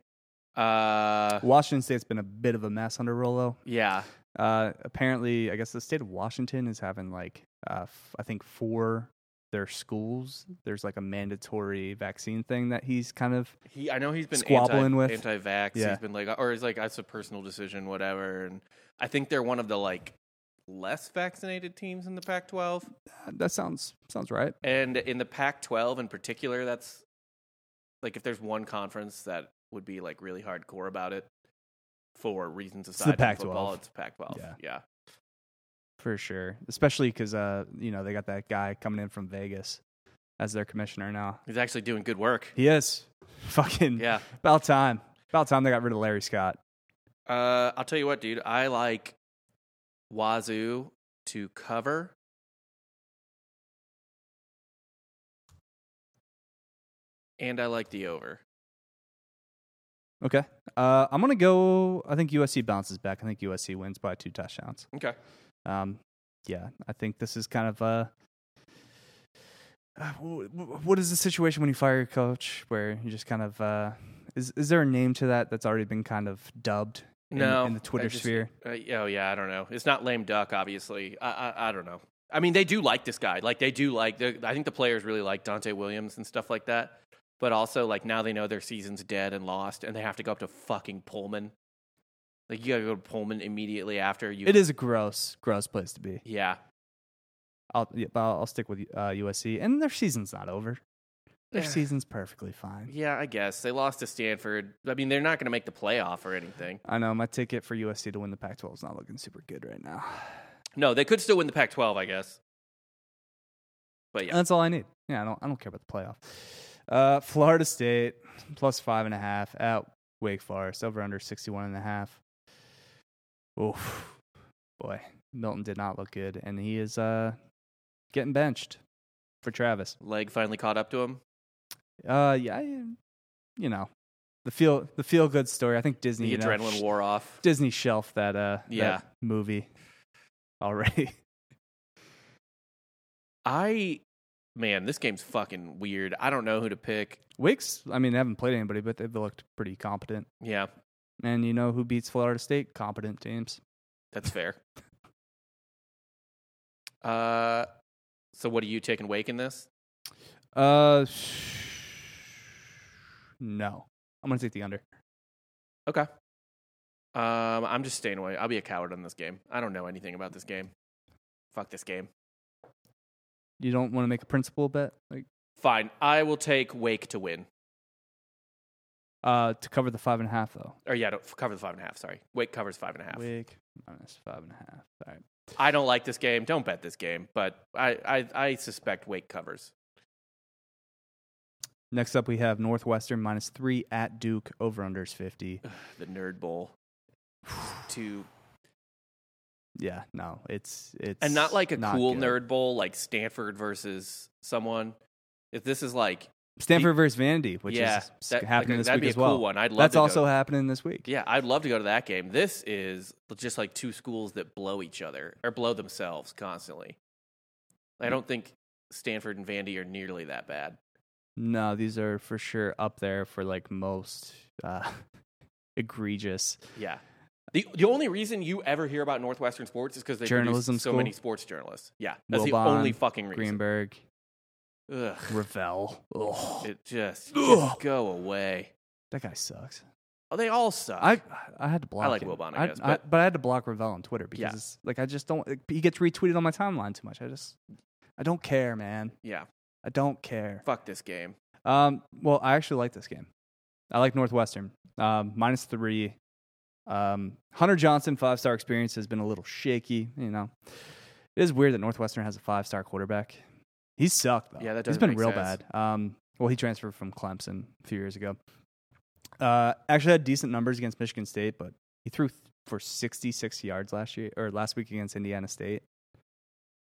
[SPEAKER 2] Uh,
[SPEAKER 1] Washington State's been a bit of a mess under Rolo.
[SPEAKER 2] yeah.
[SPEAKER 1] Uh, apparently, I guess the state of Washington is having like, uh, f- I think for their schools, there's like a mandatory vaccine thing that he's kind of
[SPEAKER 2] He, I know he's been
[SPEAKER 1] Squabbling
[SPEAKER 2] anti,
[SPEAKER 1] with.
[SPEAKER 2] anti-vax.
[SPEAKER 1] Yeah.
[SPEAKER 2] He's been like, or he's like, that's a personal decision, whatever. And I think they're one of the like less vaccinated teams in the Pac-12,
[SPEAKER 1] that sounds sounds right.
[SPEAKER 2] and in the Pac-12 in particular, that's like if there's one conference that would be like really hardcore about it for reasons
[SPEAKER 1] the
[SPEAKER 2] aside from
[SPEAKER 1] Pac-12.
[SPEAKER 2] football, it's Pac-12.
[SPEAKER 1] Yeah.
[SPEAKER 2] yeah.
[SPEAKER 1] For sure, especially because uh, you know they got that guy coming in from Vegas as their commissioner now.
[SPEAKER 2] He's actually doing good work.
[SPEAKER 1] He is fucking
[SPEAKER 2] Yeah.
[SPEAKER 1] about time. About time they got rid of Larry Scott.
[SPEAKER 2] Uh, I'll tell you what, dude. I like Wazoo to cover. And I like the over.
[SPEAKER 1] Okay, uh, I'm gonna go. I think USC bounces back. I think USC wins by two touchdowns.
[SPEAKER 2] Okay.
[SPEAKER 1] Um, yeah, I think this is kind of a. Uh, wh- wh- what is the situation when you fire your coach where you just kind of uh, is is there a name to that that's already been kind of dubbed in,
[SPEAKER 2] No,
[SPEAKER 1] in the
[SPEAKER 2] I
[SPEAKER 1] Twitter
[SPEAKER 2] just-
[SPEAKER 1] sphere?
[SPEAKER 2] Uh, oh yeah, I don't know. It's not lame duck, obviously. I I, I don't know. I mean, they do like this guy. Like they do like. the- I think the players really like Dante Williams and stuff like that. But also, like now they know their season's dead and lost, and they have to go up to fucking Pullman. Like you gotta go to Pullman immediately after you.
[SPEAKER 1] It is a gross, gross place to be.
[SPEAKER 2] Yeah.
[SPEAKER 1] I'll, yeah, but I'll, I'll stick with uh, USC, and their season's not over. Their
[SPEAKER 2] Yeah.
[SPEAKER 1] season's perfectly fine.
[SPEAKER 2] Yeah, I guess they lost to Stanford. I mean, they're not going to make the playoff or anything.
[SPEAKER 1] I know my ticket for USC to win the Pac-12 is not looking super good right now.
[SPEAKER 2] No, they could still win the Pac-12, I guess. But yeah,
[SPEAKER 1] That's all I need. Yeah, I don't, I don't care about the playoff. Uh, Florida State plus five and a half at Wake Forest over under sixty one and a half. Oof, boy, Milton did not look good, and he is uh getting benched for Travis.
[SPEAKER 2] leg finally caught up to him.
[SPEAKER 1] Uh, yeah, I- you know, the feel the feel good story. I think Disney
[SPEAKER 2] The
[SPEAKER 1] you know,
[SPEAKER 2] adrenaline
[SPEAKER 1] sh-
[SPEAKER 2] wore off.
[SPEAKER 1] Disney shelf that uh that
[SPEAKER 2] Yeah.
[SPEAKER 1] movie already.
[SPEAKER 2] I, man, this game's fucking weird. I don't know who to pick.
[SPEAKER 1] Wakes, I mean, they haven't played anybody, but they've looked pretty competent.
[SPEAKER 2] Yeah,
[SPEAKER 1] And you know who beats Florida State? Competent teams.
[SPEAKER 2] that's fair. uh, so what are you taking Wake in this?
[SPEAKER 1] Uh, sh- no, I'm gonna take the under.
[SPEAKER 2] Okay. Um, I'm just staying away. I'll be a coward on this game. I don't know anything about this game. Fuck this game.
[SPEAKER 1] You don't want to make a principal bet, like
[SPEAKER 2] Fine. I will take Wake to win.
[SPEAKER 1] uh, to cover the five and a half though.
[SPEAKER 2] Or yeah, don't, cover the five and a half. Sorry, Wake covers five and a half.
[SPEAKER 1] Wake minus five and a half. All right.
[SPEAKER 2] I don't like this game. Don't bet this game, but I, I, I suspect Wake covers.
[SPEAKER 1] Next up, we have Northwestern minus three at Duke. Over unders fifty.
[SPEAKER 2] The Nerd Bowl, to
[SPEAKER 1] Yeah, no, it's it's
[SPEAKER 2] and not like a cool
[SPEAKER 1] good.
[SPEAKER 2] Nerd Bowl like Stanford versus someone. If this is like
[SPEAKER 1] Stanford versus Vandy, which
[SPEAKER 2] yeah,
[SPEAKER 1] is s-
[SPEAKER 2] that, like,
[SPEAKER 1] happening this
[SPEAKER 2] that'd
[SPEAKER 1] week
[SPEAKER 2] be a
[SPEAKER 1] as well.
[SPEAKER 2] cool one. I'd love
[SPEAKER 1] That's
[SPEAKER 2] to go-
[SPEAKER 1] also happening this week.
[SPEAKER 2] yeah, I'd love to go to that game. This is just like two schools that blow each other or blow themselves constantly. I don't think Stanford and Vandy are nearly that bad.
[SPEAKER 1] No, these are for sure up there for like most uh, egregious.
[SPEAKER 2] Yeah. The the only reason you ever hear about Northwestern sports is because they
[SPEAKER 1] Journalism
[SPEAKER 2] produce so
[SPEAKER 1] school?
[SPEAKER 2] many sports journalists. Yeah, that's the
[SPEAKER 1] Wilbon,
[SPEAKER 2] only fucking reason.
[SPEAKER 1] Greenberg,
[SPEAKER 2] Ugh,
[SPEAKER 1] Ravel. Ugh,
[SPEAKER 2] it just,
[SPEAKER 1] Ugh.
[SPEAKER 2] just go away.
[SPEAKER 1] that guy sucks.
[SPEAKER 2] Oh, they all suck.
[SPEAKER 1] I I had to block.
[SPEAKER 2] like
[SPEAKER 1] him.
[SPEAKER 2] Wilbon, I guess,
[SPEAKER 1] I,
[SPEAKER 2] but-
[SPEAKER 1] but I had to block Ravel on Twitter because
[SPEAKER 2] Yeah.
[SPEAKER 1] it's, like I just don't. He gets retweeted on my timeline too much. I just I don't care, man.
[SPEAKER 2] yeah,
[SPEAKER 1] I don't care.
[SPEAKER 2] fuck this game.
[SPEAKER 1] Um, well, I actually like this game. I like Northwestern. Um, minus three. Um, Hunter Johnson, five star experience has been a little shaky. You know, it is weird that Northwestern has a five star quarterback. He's sucked though.
[SPEAKER 2] Yeah, that
[SPEAKER 1] he's
[SPEAKER 2] doesn't
[SPEAKER 1] been
[SPEAKER 2] make
[SPEAKER 1] real
[SPEAKER 2] sense.
[SPEAKER 1] bad. Um, Well, he transferred from Clemson a few years ago. Uh, actually had decent numbers against Michigan State, but he threw th- for 66 yards last year or last week against Indiana State.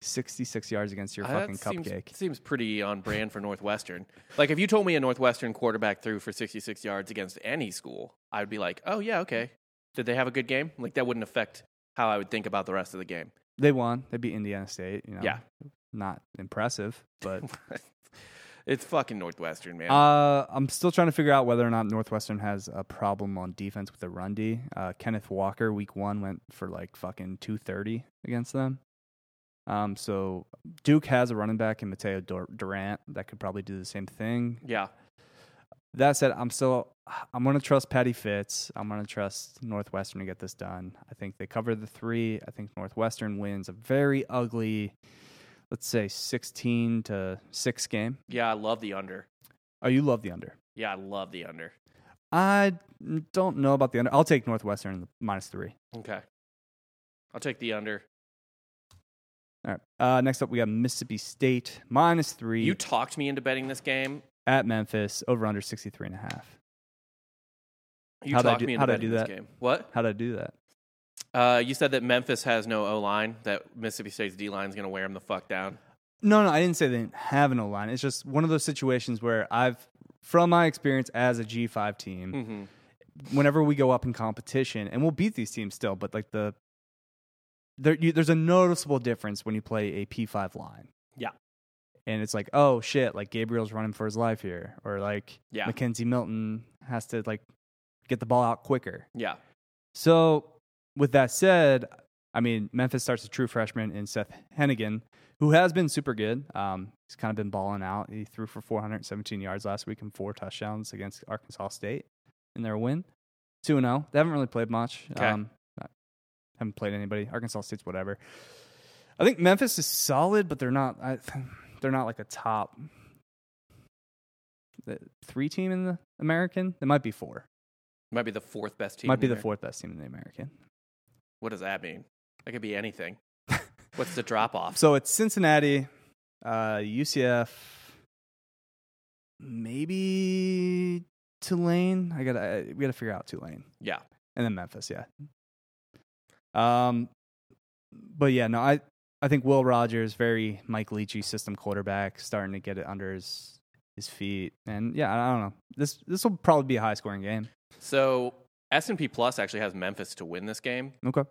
[SPEAKER 1] 66 yards against your
[SPEAKER 2] Uh,
[SPEAKER 1] fucking
[SPEAKER 2] that seems,
[SPEAKER 1] cupcake.
[SPEAKER 2] Seems pretty on brand for Northwestern. Like if you told me a Northwestern quarterback threw for 66 yards against any school, I would be like, "Oh yeah, okay. Did they have a good game?" Like that wouldn't affect how I would think about the rest of the game.
[SPEAKER 1] They won. They beat Indiana State. You know,
[SPEAKER 2] Yeah.
[SPEAKER 1] Not impressive, but
[SPEAKER 2] it's fucking Northwestern, man.
[SPEAKER 1] uh, I'm still trying to figure out whether or not Northwestern has a problem on defense with the run D. Uh, Kenneth Walker, week one, went for like fucking 230 against them. Um, so Duke has a running back in Mateo Dur- Durant that could probably do the same thing.
[SPEAKER 2] yeah.
[SPEAKER 1] That said, I'm still I'm gonna trust Patty Fitz. I'm gonna trust Northwestern to get this done. I think they cover the three. I think Northwestern wins a very ugly, let's say sixteen to six game.
[SPEAKER 2] Yeah, I love the under.
[SPEAKER 1] Oh, you love the under.
[SPEAKER 2] Yeah, I love the under.
[SPEAKER 1] I don't know about the under. I'll take Northwestern in the minus three.
[SPEAKER 2] Okay. I'll take the under.
[SPEAKER 1] All right. Uh, next up, we got Mississippi State minus three
[SPEAKER 2] You talked me into betting this game.
[SPEAKER 1] at Memphis over under 63 and a half.
[SPEAKER 2] You
[SPEAKER 1] How'd I
[SPEAKER 2] talked
[SPEAKER 1] do-
[SPEAKER 2] me into
[SPEAKER 1] how'd I
[SPEAKER 2] betting
[SPEAKER 1] do that?
[SPEAKER 2] this game. What?
[SPEAKER 1] How'd I do that?
[SPEAKER 2] Uh, you said that Memphis has no O line. That Mississippi State's D line's going to wear them the fuck down.
[SPEAKER 1] No, no, I didn't say they didn't have an O line. It's just one of those situations where I've, from my experience as a G5 team,
[SPEAKER 2] Mm-hmm.
[SPEAKER 1] whenever we go up in competition, and we'll beat these teams still, but like the there, you, there's a noticeable difference when you play a P5 line.
[SPEAKER 2] Yeah.
[SPEAKER 1] And it's like, oh shit, like Gabriel's running for his life here, or like
[SPEAKER 2] Yeah.
[SPEAKER 1] Mackenzie Milton has to like get the ball out quicker.
[SPEAKER 2] Yeah.
[SPEAKER 1] So, with that said, I mean, Memphis starts a true freshman in Seth Hennigan, who has been super good. Um, he's kind of been balling out. He threw for 417 yards last week and four touchdowns against Arkansas State in their win. 2 0. They haven't really played much.
[SPEAKER 2] Okay.
[SPEAKER 1] Um, I haven't played anybody. Arkansas State's whatever. I think Memphis is solid, but they're not. I, they're not like a top the three team in the American. They might be four.
[SPEAKER 2] Might be the fourth best team.
[SPEAKER 1] might
[SPEAKER 2] in
[SPEAKER 1] be the
[SPEAKER 2] Ameri-
[SPEAKER 1] fourth best team in the American.
[SPEAKER 2] What does that mean? That could be anything. What's the drop off?
[SPEAKER 1] So it's Cincinnati, uh, UCF, maybe Tulane. I gotta I, we gotta figure out Tulane
[SPEAKER 2] yeah.
[SPEAKER 1] and then Memphis. Yeah. Um, but yeah, no, I I think Will Rogers, very Mike Leachy system quarterback, starting to get it under his his feet, and yeah, I don't know. This this will probably be a high scoring game.
[SPEAKER 2] So S and P Plus actually has Memphis to win this game,
[SPEAKER 1] Okay.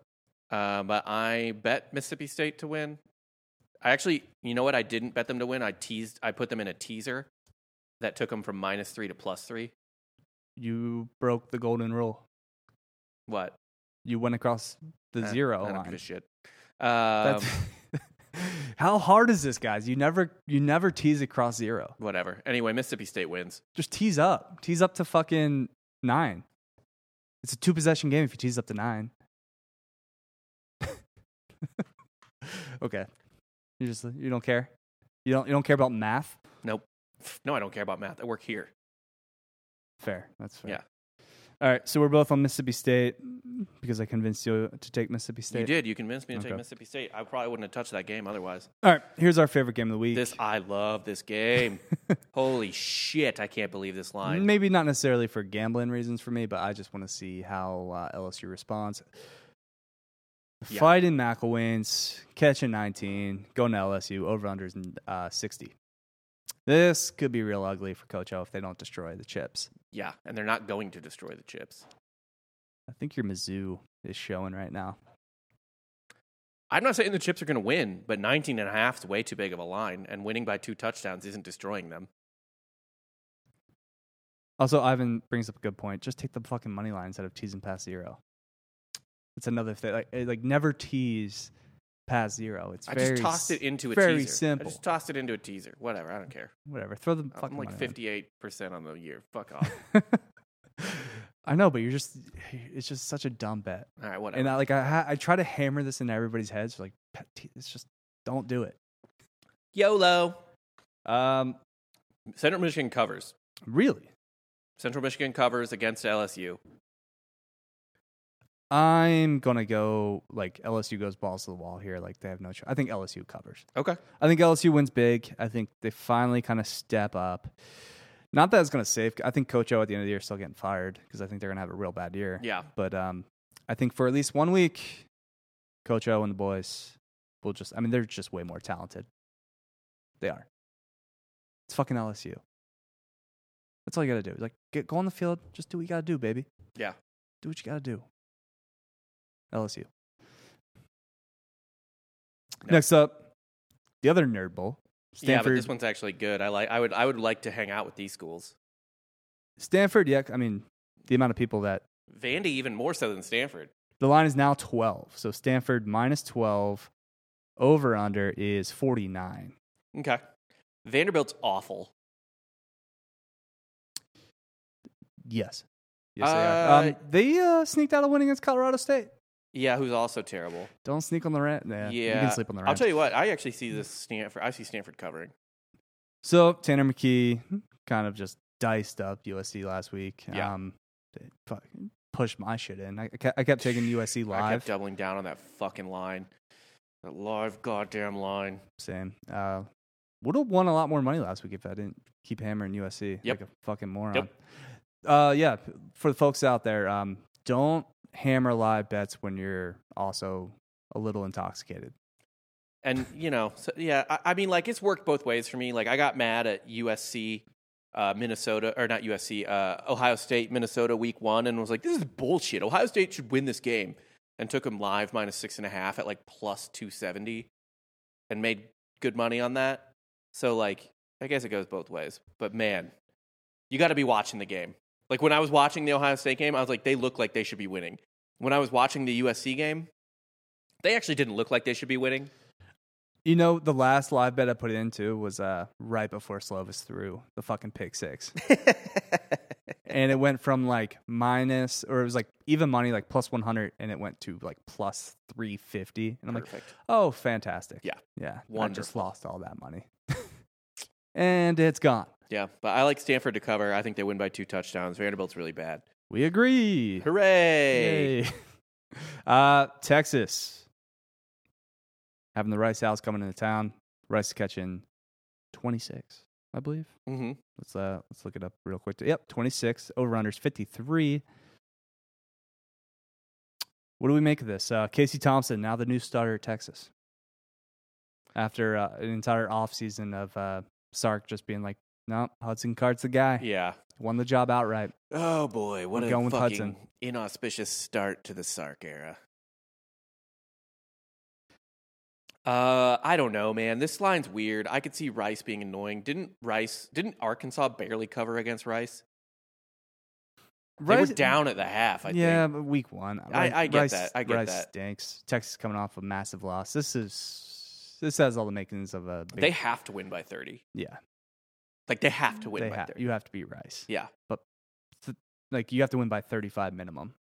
[SPEAKER 2] uh, but I bet Mississippi State to win. I actually, you know what? I didn't bet them to win. I teased. I put them in a teaser that took them from minus three to plus three.
[SPEAKER 1] You broke the golden rule.
[SPEAKER 2] What?
[SPEAKER 1] You went across the
[SPEAKER 2] Eh,
[SPEAKER 1] zero
[SPEAKER 2] I don't
[SPEAKER 1] line.
[SPEAKER 2] give a shit. Um,
[SPEAKER 1] That's how hard is this, guys? You never you never tease across zero.
[SPEAKER 2] whatever. Anyway, Mississippi State wins.
[SPEAKER 1] Just tease up. Tease up to fucking nine. It's a two possession game if you tease up to nine. okay. You just you don't care? You don't you don't care about math?
[SPEAKER 2] No, I don't care about math. I work here.
[SPEAKER 1] Fair. That's fair.
[SPEAKER 2] Yeah.
[SPEAKER 1] All right. So we're both on Mississippi State because I convinced you to take Mississippi State.
[SPEAKER 2] You did. You convinced me to
[SPEAKER 1] Okay.
[SPEAKER 2] take Mississippi State. I probably wouldn't have touched that game otherwise.
[SPEAKER 1] All right. Here's our favorite game of the week.
[SPEAKER 2] This I love this game. Holy shit! I can't believe this line.
[SPEAKER 1] Maybe not necessarily for gambling reasons for me, but I just want to see how uh, LSU responds.
[SPEAKER 2] Yeah.
[SPEAKER 1] Fighting McElwain's catching 19, going to LSU, over unders uh, 60. This could be real ugly for Coach O if they don't destroy the chips.
[SPEAKER 2] Yeah, and they're not going to destroy the chips.
[SPEAKER 1] I think your Mizzou is showing right now.
[SPEAKER 2] I'm not saying the chips are going to win, but 19 and a half is way too big of a line, and winning by two touchdowns isn't destroying them.
[SPEAKER 1] Also, Ivan brings up a good point. Just take the fucking money line instead of teasing past zero. It's another thing. Like, eh, like never tease past zero. It's
[SPEAKER 2] I
[SPEAKER 1] very
[SPEAKER 2] just tossed
[SPEAKER 1] s-
[SPEAKER 2] it into a
[SPEAKER 1] very
[SPEAKER 2] teaser.
[SPEAKER 1] simple.
[SPEAKER 2] I just tossed it into a teaser. Whatever, I don't care.
[SPEAKER 1] Whatever. Throw the fucking
[SPEAKER 2] I'm
[SPEAKER 1] money
[SPEAKER 2] like
[SPEAKER 1] line.
[SPEAKER 2] 58 percent on the year. Fuck off.
[SPEAKER 1] I know, but you're just it's just such a dumb bet.
[SPEAKER 2] All right, whatever.
[SPEAKER 1] And I like I ha- I try to hammer this into everybody's heads like pet te- it's just don't do it.
[SPEAKER 2] YOLO.
[SPEAKER 1] Um
[SPEAKER 2] Central Michigan covers.
[SPEAKER 1] really.
[SPEAKER 2] Central Michigan covers against LSU.
[SPEAKER 1] I'm going to go like LSU goes balls to the wall here like they have no choice. I think LSU covers.
[SPEAKER 2] Okay.
[SPEAKER 1] I think LSU wins big. I think they finally kind of step up. Not that it's going to save. I think Coach O at the end of the year is still getting fired because I think they're going to have a real bad year.
[SPEAKER 2] Yeah.
[SPEAKER 1] But um, I think for at least one week, Coach O and the boys will just, I mean, they're just way more talented. They are. It's fucking LSU. That's all you got to do. Like, get, go on the field, just do what you got to do, baby.
[SPEAKER 2] Yeah.
[SPEAKER 1] Do what you got to do. LSU.
[SPEAKER 2] No.
[SPEAKER 1] Next up, the other Nerd Bowl.
[SPEAKER 2] Yeah, but
[SPEAKER 1] Stanford.
[SPEAKER 2] this one's actually good. I like. I would. I would like to hang out with these schools.
[SPEAKER 1] Stanford, yeah, I mean, the amount of people that
[SPEAKER 2] Vandy even more so than Stanford.
[SPEAKER 1] The line is now 12. So Stanford minus 12. Over under is 49.
[SPEAKER 2] Okay. Vanderbilt's awful.
[SPEAKER 1] Yes. Yes, they are.
[SPEAKER 2] Uh,
[SPEAKER 1] Um, they uh, sneaked out a win against Colorado State.
[SPEAKER 2] Yeah, who's also terrible.
[SPEAKER 1] Don't sneak on the Rams. Yeah, You
[SPEAKER 2] Yeah.
[SPEAKER 1] can sleep on the Rams.
[SPEAKER 2] I'll tell you what. I actually see this Stanford. I see Stanford covering.
[SPEAKER 1] So Tanner McKee hmm, kind of just diced up USC last week.
[SPEAKER 2] Yeah.
[SPEAKER 1] Um, they fucking pushed my shit in. I, I kept- I kept taking USC
[SPEAKER 2] I
[SPEAKER 1] live.
[SPEAKER 2] kept doubling down on that fucking line. That live goddamn line.
[SPEAKER 1] Same. Uh, would have won a lot more money last week if I didn't keep hammering USC
[SPEAKER 2] Yep.
[SPEAKER 1] like a fucking moron.
[SPEAKER 2] Yep.
[SPEAKER 1] Uh, yeah. For the folks out there, um, don't hammer live bets when you're also a little intoxicated.
[SPEAKER 2] and you know, so, yeah, I, I mean, like it's worked both ways for me. Like I got mad at USC, uh, Minnesota, or not USC, uh, Ohio State, Minnesota, week one, and was like, this is bullshit. Ohio State should win this game, and took them live minus six and a half at like plus two seventy, and made good money on that. So like, I guess it goes both ways. But man, you got to be watching the game. Like when I was watching the Ohio State game, I was like, they look like they should be winning. When I was watching the USC game, they actually didn't look like they should be winning.
[SPEAKER 1] You know, the last live bet I put into was uh, right before Slovis threw the fucking pick six. and it went from like minus, or it was like even money, like plus 100, and it went to like plus 350. And I'm like,
[SPEAKER 2] Perfect.
[SPEAKER 1] Oh, fantastic.
[SPEAKER 2] Yeah.
[SPEAKER 1] Yeah. I just
[SPEAKER 2] Wonderful.
[SPEAKER 1] lost all that money. and it's gone.
[SPEAKER 2] yeah, but I like Stanford to cover. I think they win by two touchdowns. Vanderbilt's really bad.
[SPEAKER 1] We agree.
[SPEAKER 2] Hooray!
[SPEAKER 1] Yay. Uh, Texas. Having the Rice House coming into town. Rice catching 26, I believe.
[SPEAKER 2] hmm
[SPEAKER 1] Let's uh let's look it up real quick. Yep, 26. Over unders 53. What do we make of this? Uh, Casey Thompson, now the new starter at Texas. After uh, an entire offseason of uh, Sark just being like, no, Hudson Card's the guy.
[SPEAKER 2] Yeah.
[SPEAKER 1] Won the job outright.
[SPEAKER 2] Oh boy, what
[SPEAKER 1] We're
[SPEAKER 2] a
[SPEAKER 1] going with
[SPEAKER 2] fucking
[SPEAKER 1] Hudson.
[SPEAKER 2] inauspicious start to the Sark era. Uh, I don't know, man. This line's weird. I could see Rice being annoying. Didn't Rice? Didn't Arkansas barely cover against Rice? They were down at the half. I
[SPEAKER 1] yeah,
[SPEAKER 2] think.
[SPEAKER 1] but week one.
[SPEAKER 2] I- I get
[SPEAKER 1] Rice-
[SPEAKER 2] that. I get
[SPEAKER 1] Rice
[SPEAKER 2] that.
[SPEAKER 1] stinks. Texas coming off a massive loss. This is this has all the makings of a big,
[SPEAKER 2] They have to win by thirty.
[SPEAKER 1] yeah.
[SPEAKER 2] Like they have to win
[SPEAKER 1] They
[SPEAKER 2] by
[SPEAKER 1] ha-
[SPEAKER 2] thirty.
[SPEAKER 1] you have to beat Rice.
[SPEAKER 2] Yeah.
[SPEAKER 1] But th- like you have to win by 35 minimum.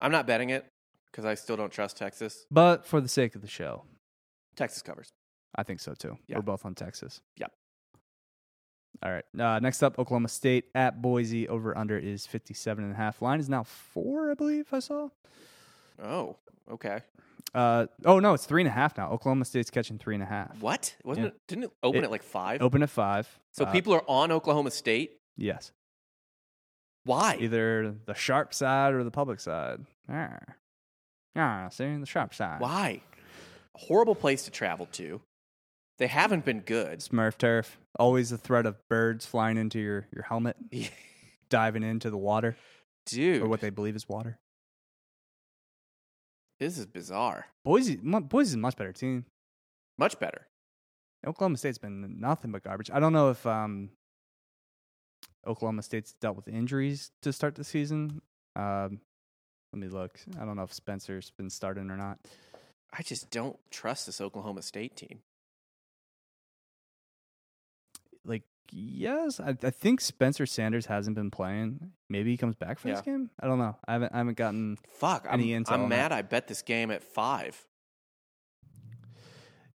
[SPEAKER 2] I'm not betting it because I still don't trust Texas.
[SPEAKER 1] But for the sake of the show,
[SPEAKER 2] Texas covers.
[SPEAKER 1] I think so too.
[SPEAKER 2] Yeah.
[SPEAKER 1] We're both on Texas.
[SPEAKER 2] Yep.
[SPEAKER 1] All right. Uh, next up, Oklahoma State at Boise. Over under is 57 and a half. Line is now four, I believe I saw.
[SPEAKER 2] Oh, okay.
[SPEAKER 1] Uh, oh, no, it's three and a half now. Oklahoma State's catching three and a half.
[SPEAKER 2] What wasn't
[SPEAKER 1] Yeah.
[SPEAKER 2] it? Didn't it open
[SPEAKER 1] It-
[SPEAKER 2] at like five?
[SPEAKER 1] Open at five.
[SPEAKER 2] so
[SPEAKER 1] Uh,
[SPEAKER 2] people are on Oklahoma State.
[SPEAKER 1] Yes.
[SPEAKER 2] Why?
[SPEAKER 1] Either the sharp side or the public side. Ah. Ah, see, the sharp side.
[SPEAKER 2] Why? Horrible place to travel to. They haven't been good.
[SPEAKER 1] Smurf turf. Always the threat of birds flying into your, your helmet, diving into the water,
[SPEAKER 2] Dude,
[SPEAKER 1] or what they believe is water.
[SPEAKER 2] this is bizarre.
[SPEAKER 1] Boise, Mo- Boise's a much better team.
[SPEAKER 2] Much better.
[SPEAKER 1] Oklahoma State's been nothing but garbage. I don't know if um, Oklahoma State's dealt with injuries to start the season. Um, let me look. I don't know if Spencer's been starting or not.
[SPEAKER 2] I just don't trust this Oklahoma State team.
[SPEAKER 1] Like, yes, I, I think Spencer Sanders hasn't been playing. Maybe he comes back for this game. I don't know. I haven't. I haven't gotten.
[SPEAKER 2] Fuck, I'm,
[SPEAKER 1] Any intel
[SPEAKER 2] I'm
[SPEAKER 1] on that?
[SPEAKER 2] mad. I bet this game at five.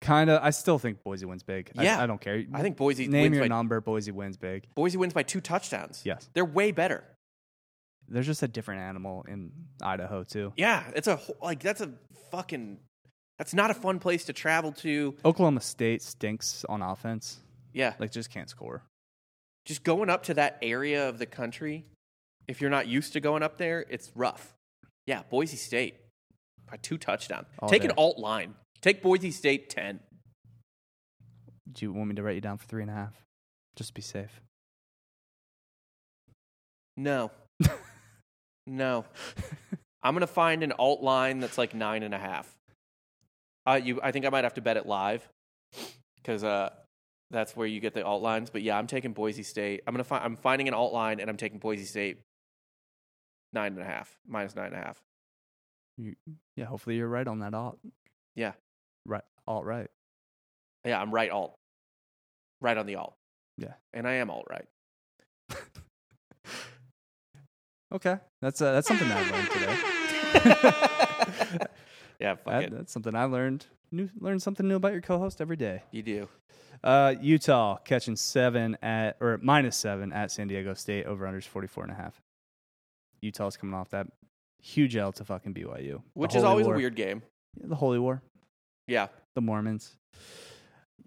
[SPEAKER 1] Kind of. I still think Boise wins big. I-
[SPEAKER 2] Yeah.
[SPEAKER 1] I, don't care.
[SPEAKER 2] I think Boise
[SPEAKER 1] name
[SPEAKER 2] wins
[SPEAKER 1] your
[SPEAKER 2] by
[SPEAKER 1] number. Boise wins big.
[SPEAKER 2] Boise wins by two touchdowns.
[SPEAKER 1] Yes.
[SPEAKER 2] They're way better.
[SPEAKER 1] There's just a different animal in Idaho too.
[SPEAKER 2] Yeah, it's a wh- like that's a fucking that's not a fun place to travel to.
[SPEAKER 1] Oklahoma State stinks on offense.
[SPEAKER 2] Yeah,
[SPEAKER 1] Like just can't score.
[SPEAKER 2] just going up to that area of the country, if you're not used to going up there, it's rough. Yeah, Boise State by two touchdowns.
[SPEAKER 1] All
[SPEAKER 2] Take
[SPEAKER 1] day.
[SPEAKER 2] an alt line. Take Boise State ten.
[SPEAKER 1] Do you want me to write you down for three and a half? Just to be safe.
[SPEAKER 2] No, no. I'm gonna find an alt line that's like nine and a half. Uh, you, I think I might have to bet it live because uh, that's where you get the alt lines. But yeah, I'm taking Boise State. I'm gonna find. I'm finding an alt line and I'm taking Boise State nine and a half minus nine and a half.
[SPEAKER 1] yeah, hopefully you're right on that alt.
[SPEAKER 2] Yeah.
[SPEAKER 1] Right. Alt right.
[SPEAKER 2] Yeah, I'm right alt, right on the alt.
[SPEAKER 1] Yeah.
[SPEAKER 2] and I am alt right.
[SPEAKER 1] Okay. That's uh, that's something I learned today.
[SPEAKER 2] yeah, fuck
[SPEAKER 1] That-
[SPEAKER 2] it.
[SPEAKER 1] that's something I learned. New, learn something new about your co-host every day.
[SPEAKER 2] You do.
[SPEAKER 1] Uh, Utah catching seven at or minus seven at San Diego State over unders 44 and a half. Utah's coming off that huge L to fucking BYU, The
[SPEAKER 2] Which is
[SPEAKER 1] Holy
[SPEAKER 2] always
[SPEAKER 1] War-
[SPEAKER 2] a weird game.
[SPEAKER 1] The Holy War,
[SPEAKER 2] Yeah.
[SPEAKER 1] the Mormons.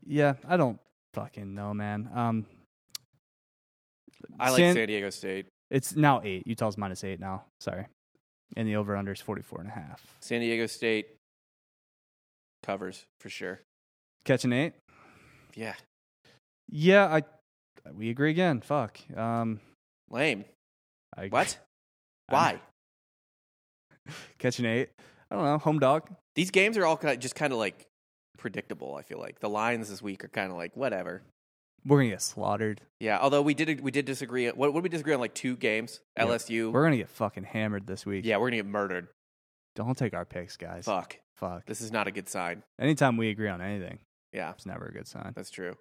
[SPEAKER 1] Yeah, I don't fucking know, man. Um,
[SPEAKER 2] I like
[SPEAKER 1] San-
[SPEAKER 2] San Diego State.
[SPEAKER 1] it's now eight. Utah's minus eight now. Sorry, and the over unders 44 and a half.
[SPEAKER 2] San Diego State covers for sure.
[SPEAKER 1] Catching eight.
[SPEAKER 2] Yeah.
[SPEAKER 1] Yeah, I. We agree again. Fuck. Um,
[SPEAKER 2] Lame.
[SPEAKER 1] I,
[SPEAKER 2] What?
[SPEAKER 1] I'm
[SPEAKER 2] Why?
[SPEAKER 1] catching eight? I don't know. Home dog.
[SPEAKER 2] These games are all kind just kind of like predictable, I feel like. The lines this week are kind of like whatever.
[SPEAKER 1] We're gonna get slaughtered.
[SPEAKER 2] Yeah, although we did we did disagree. What what did we disagree on like two games?
[SPEAKER 1] Yeah.
[SPEAKER 2] LSU.
[SPEAKER 1] We're gonna get fucking hammered this week.
[SPEAKER 2] yeah, we're going to get murdered.
[SPEAKER 1] Don't take our picks, guys.
[SPEAKER 2] Fuck.
[SPEAKER 1] Fuck.
[SPEAKER 2] This is not a good sign.
[SPEAKER 1] Anytime we agree on anything,
[SPEAKER 2] Yeah,
[SPEAKER 1] it's never a good sign.
[SPEAKER 2] that's true.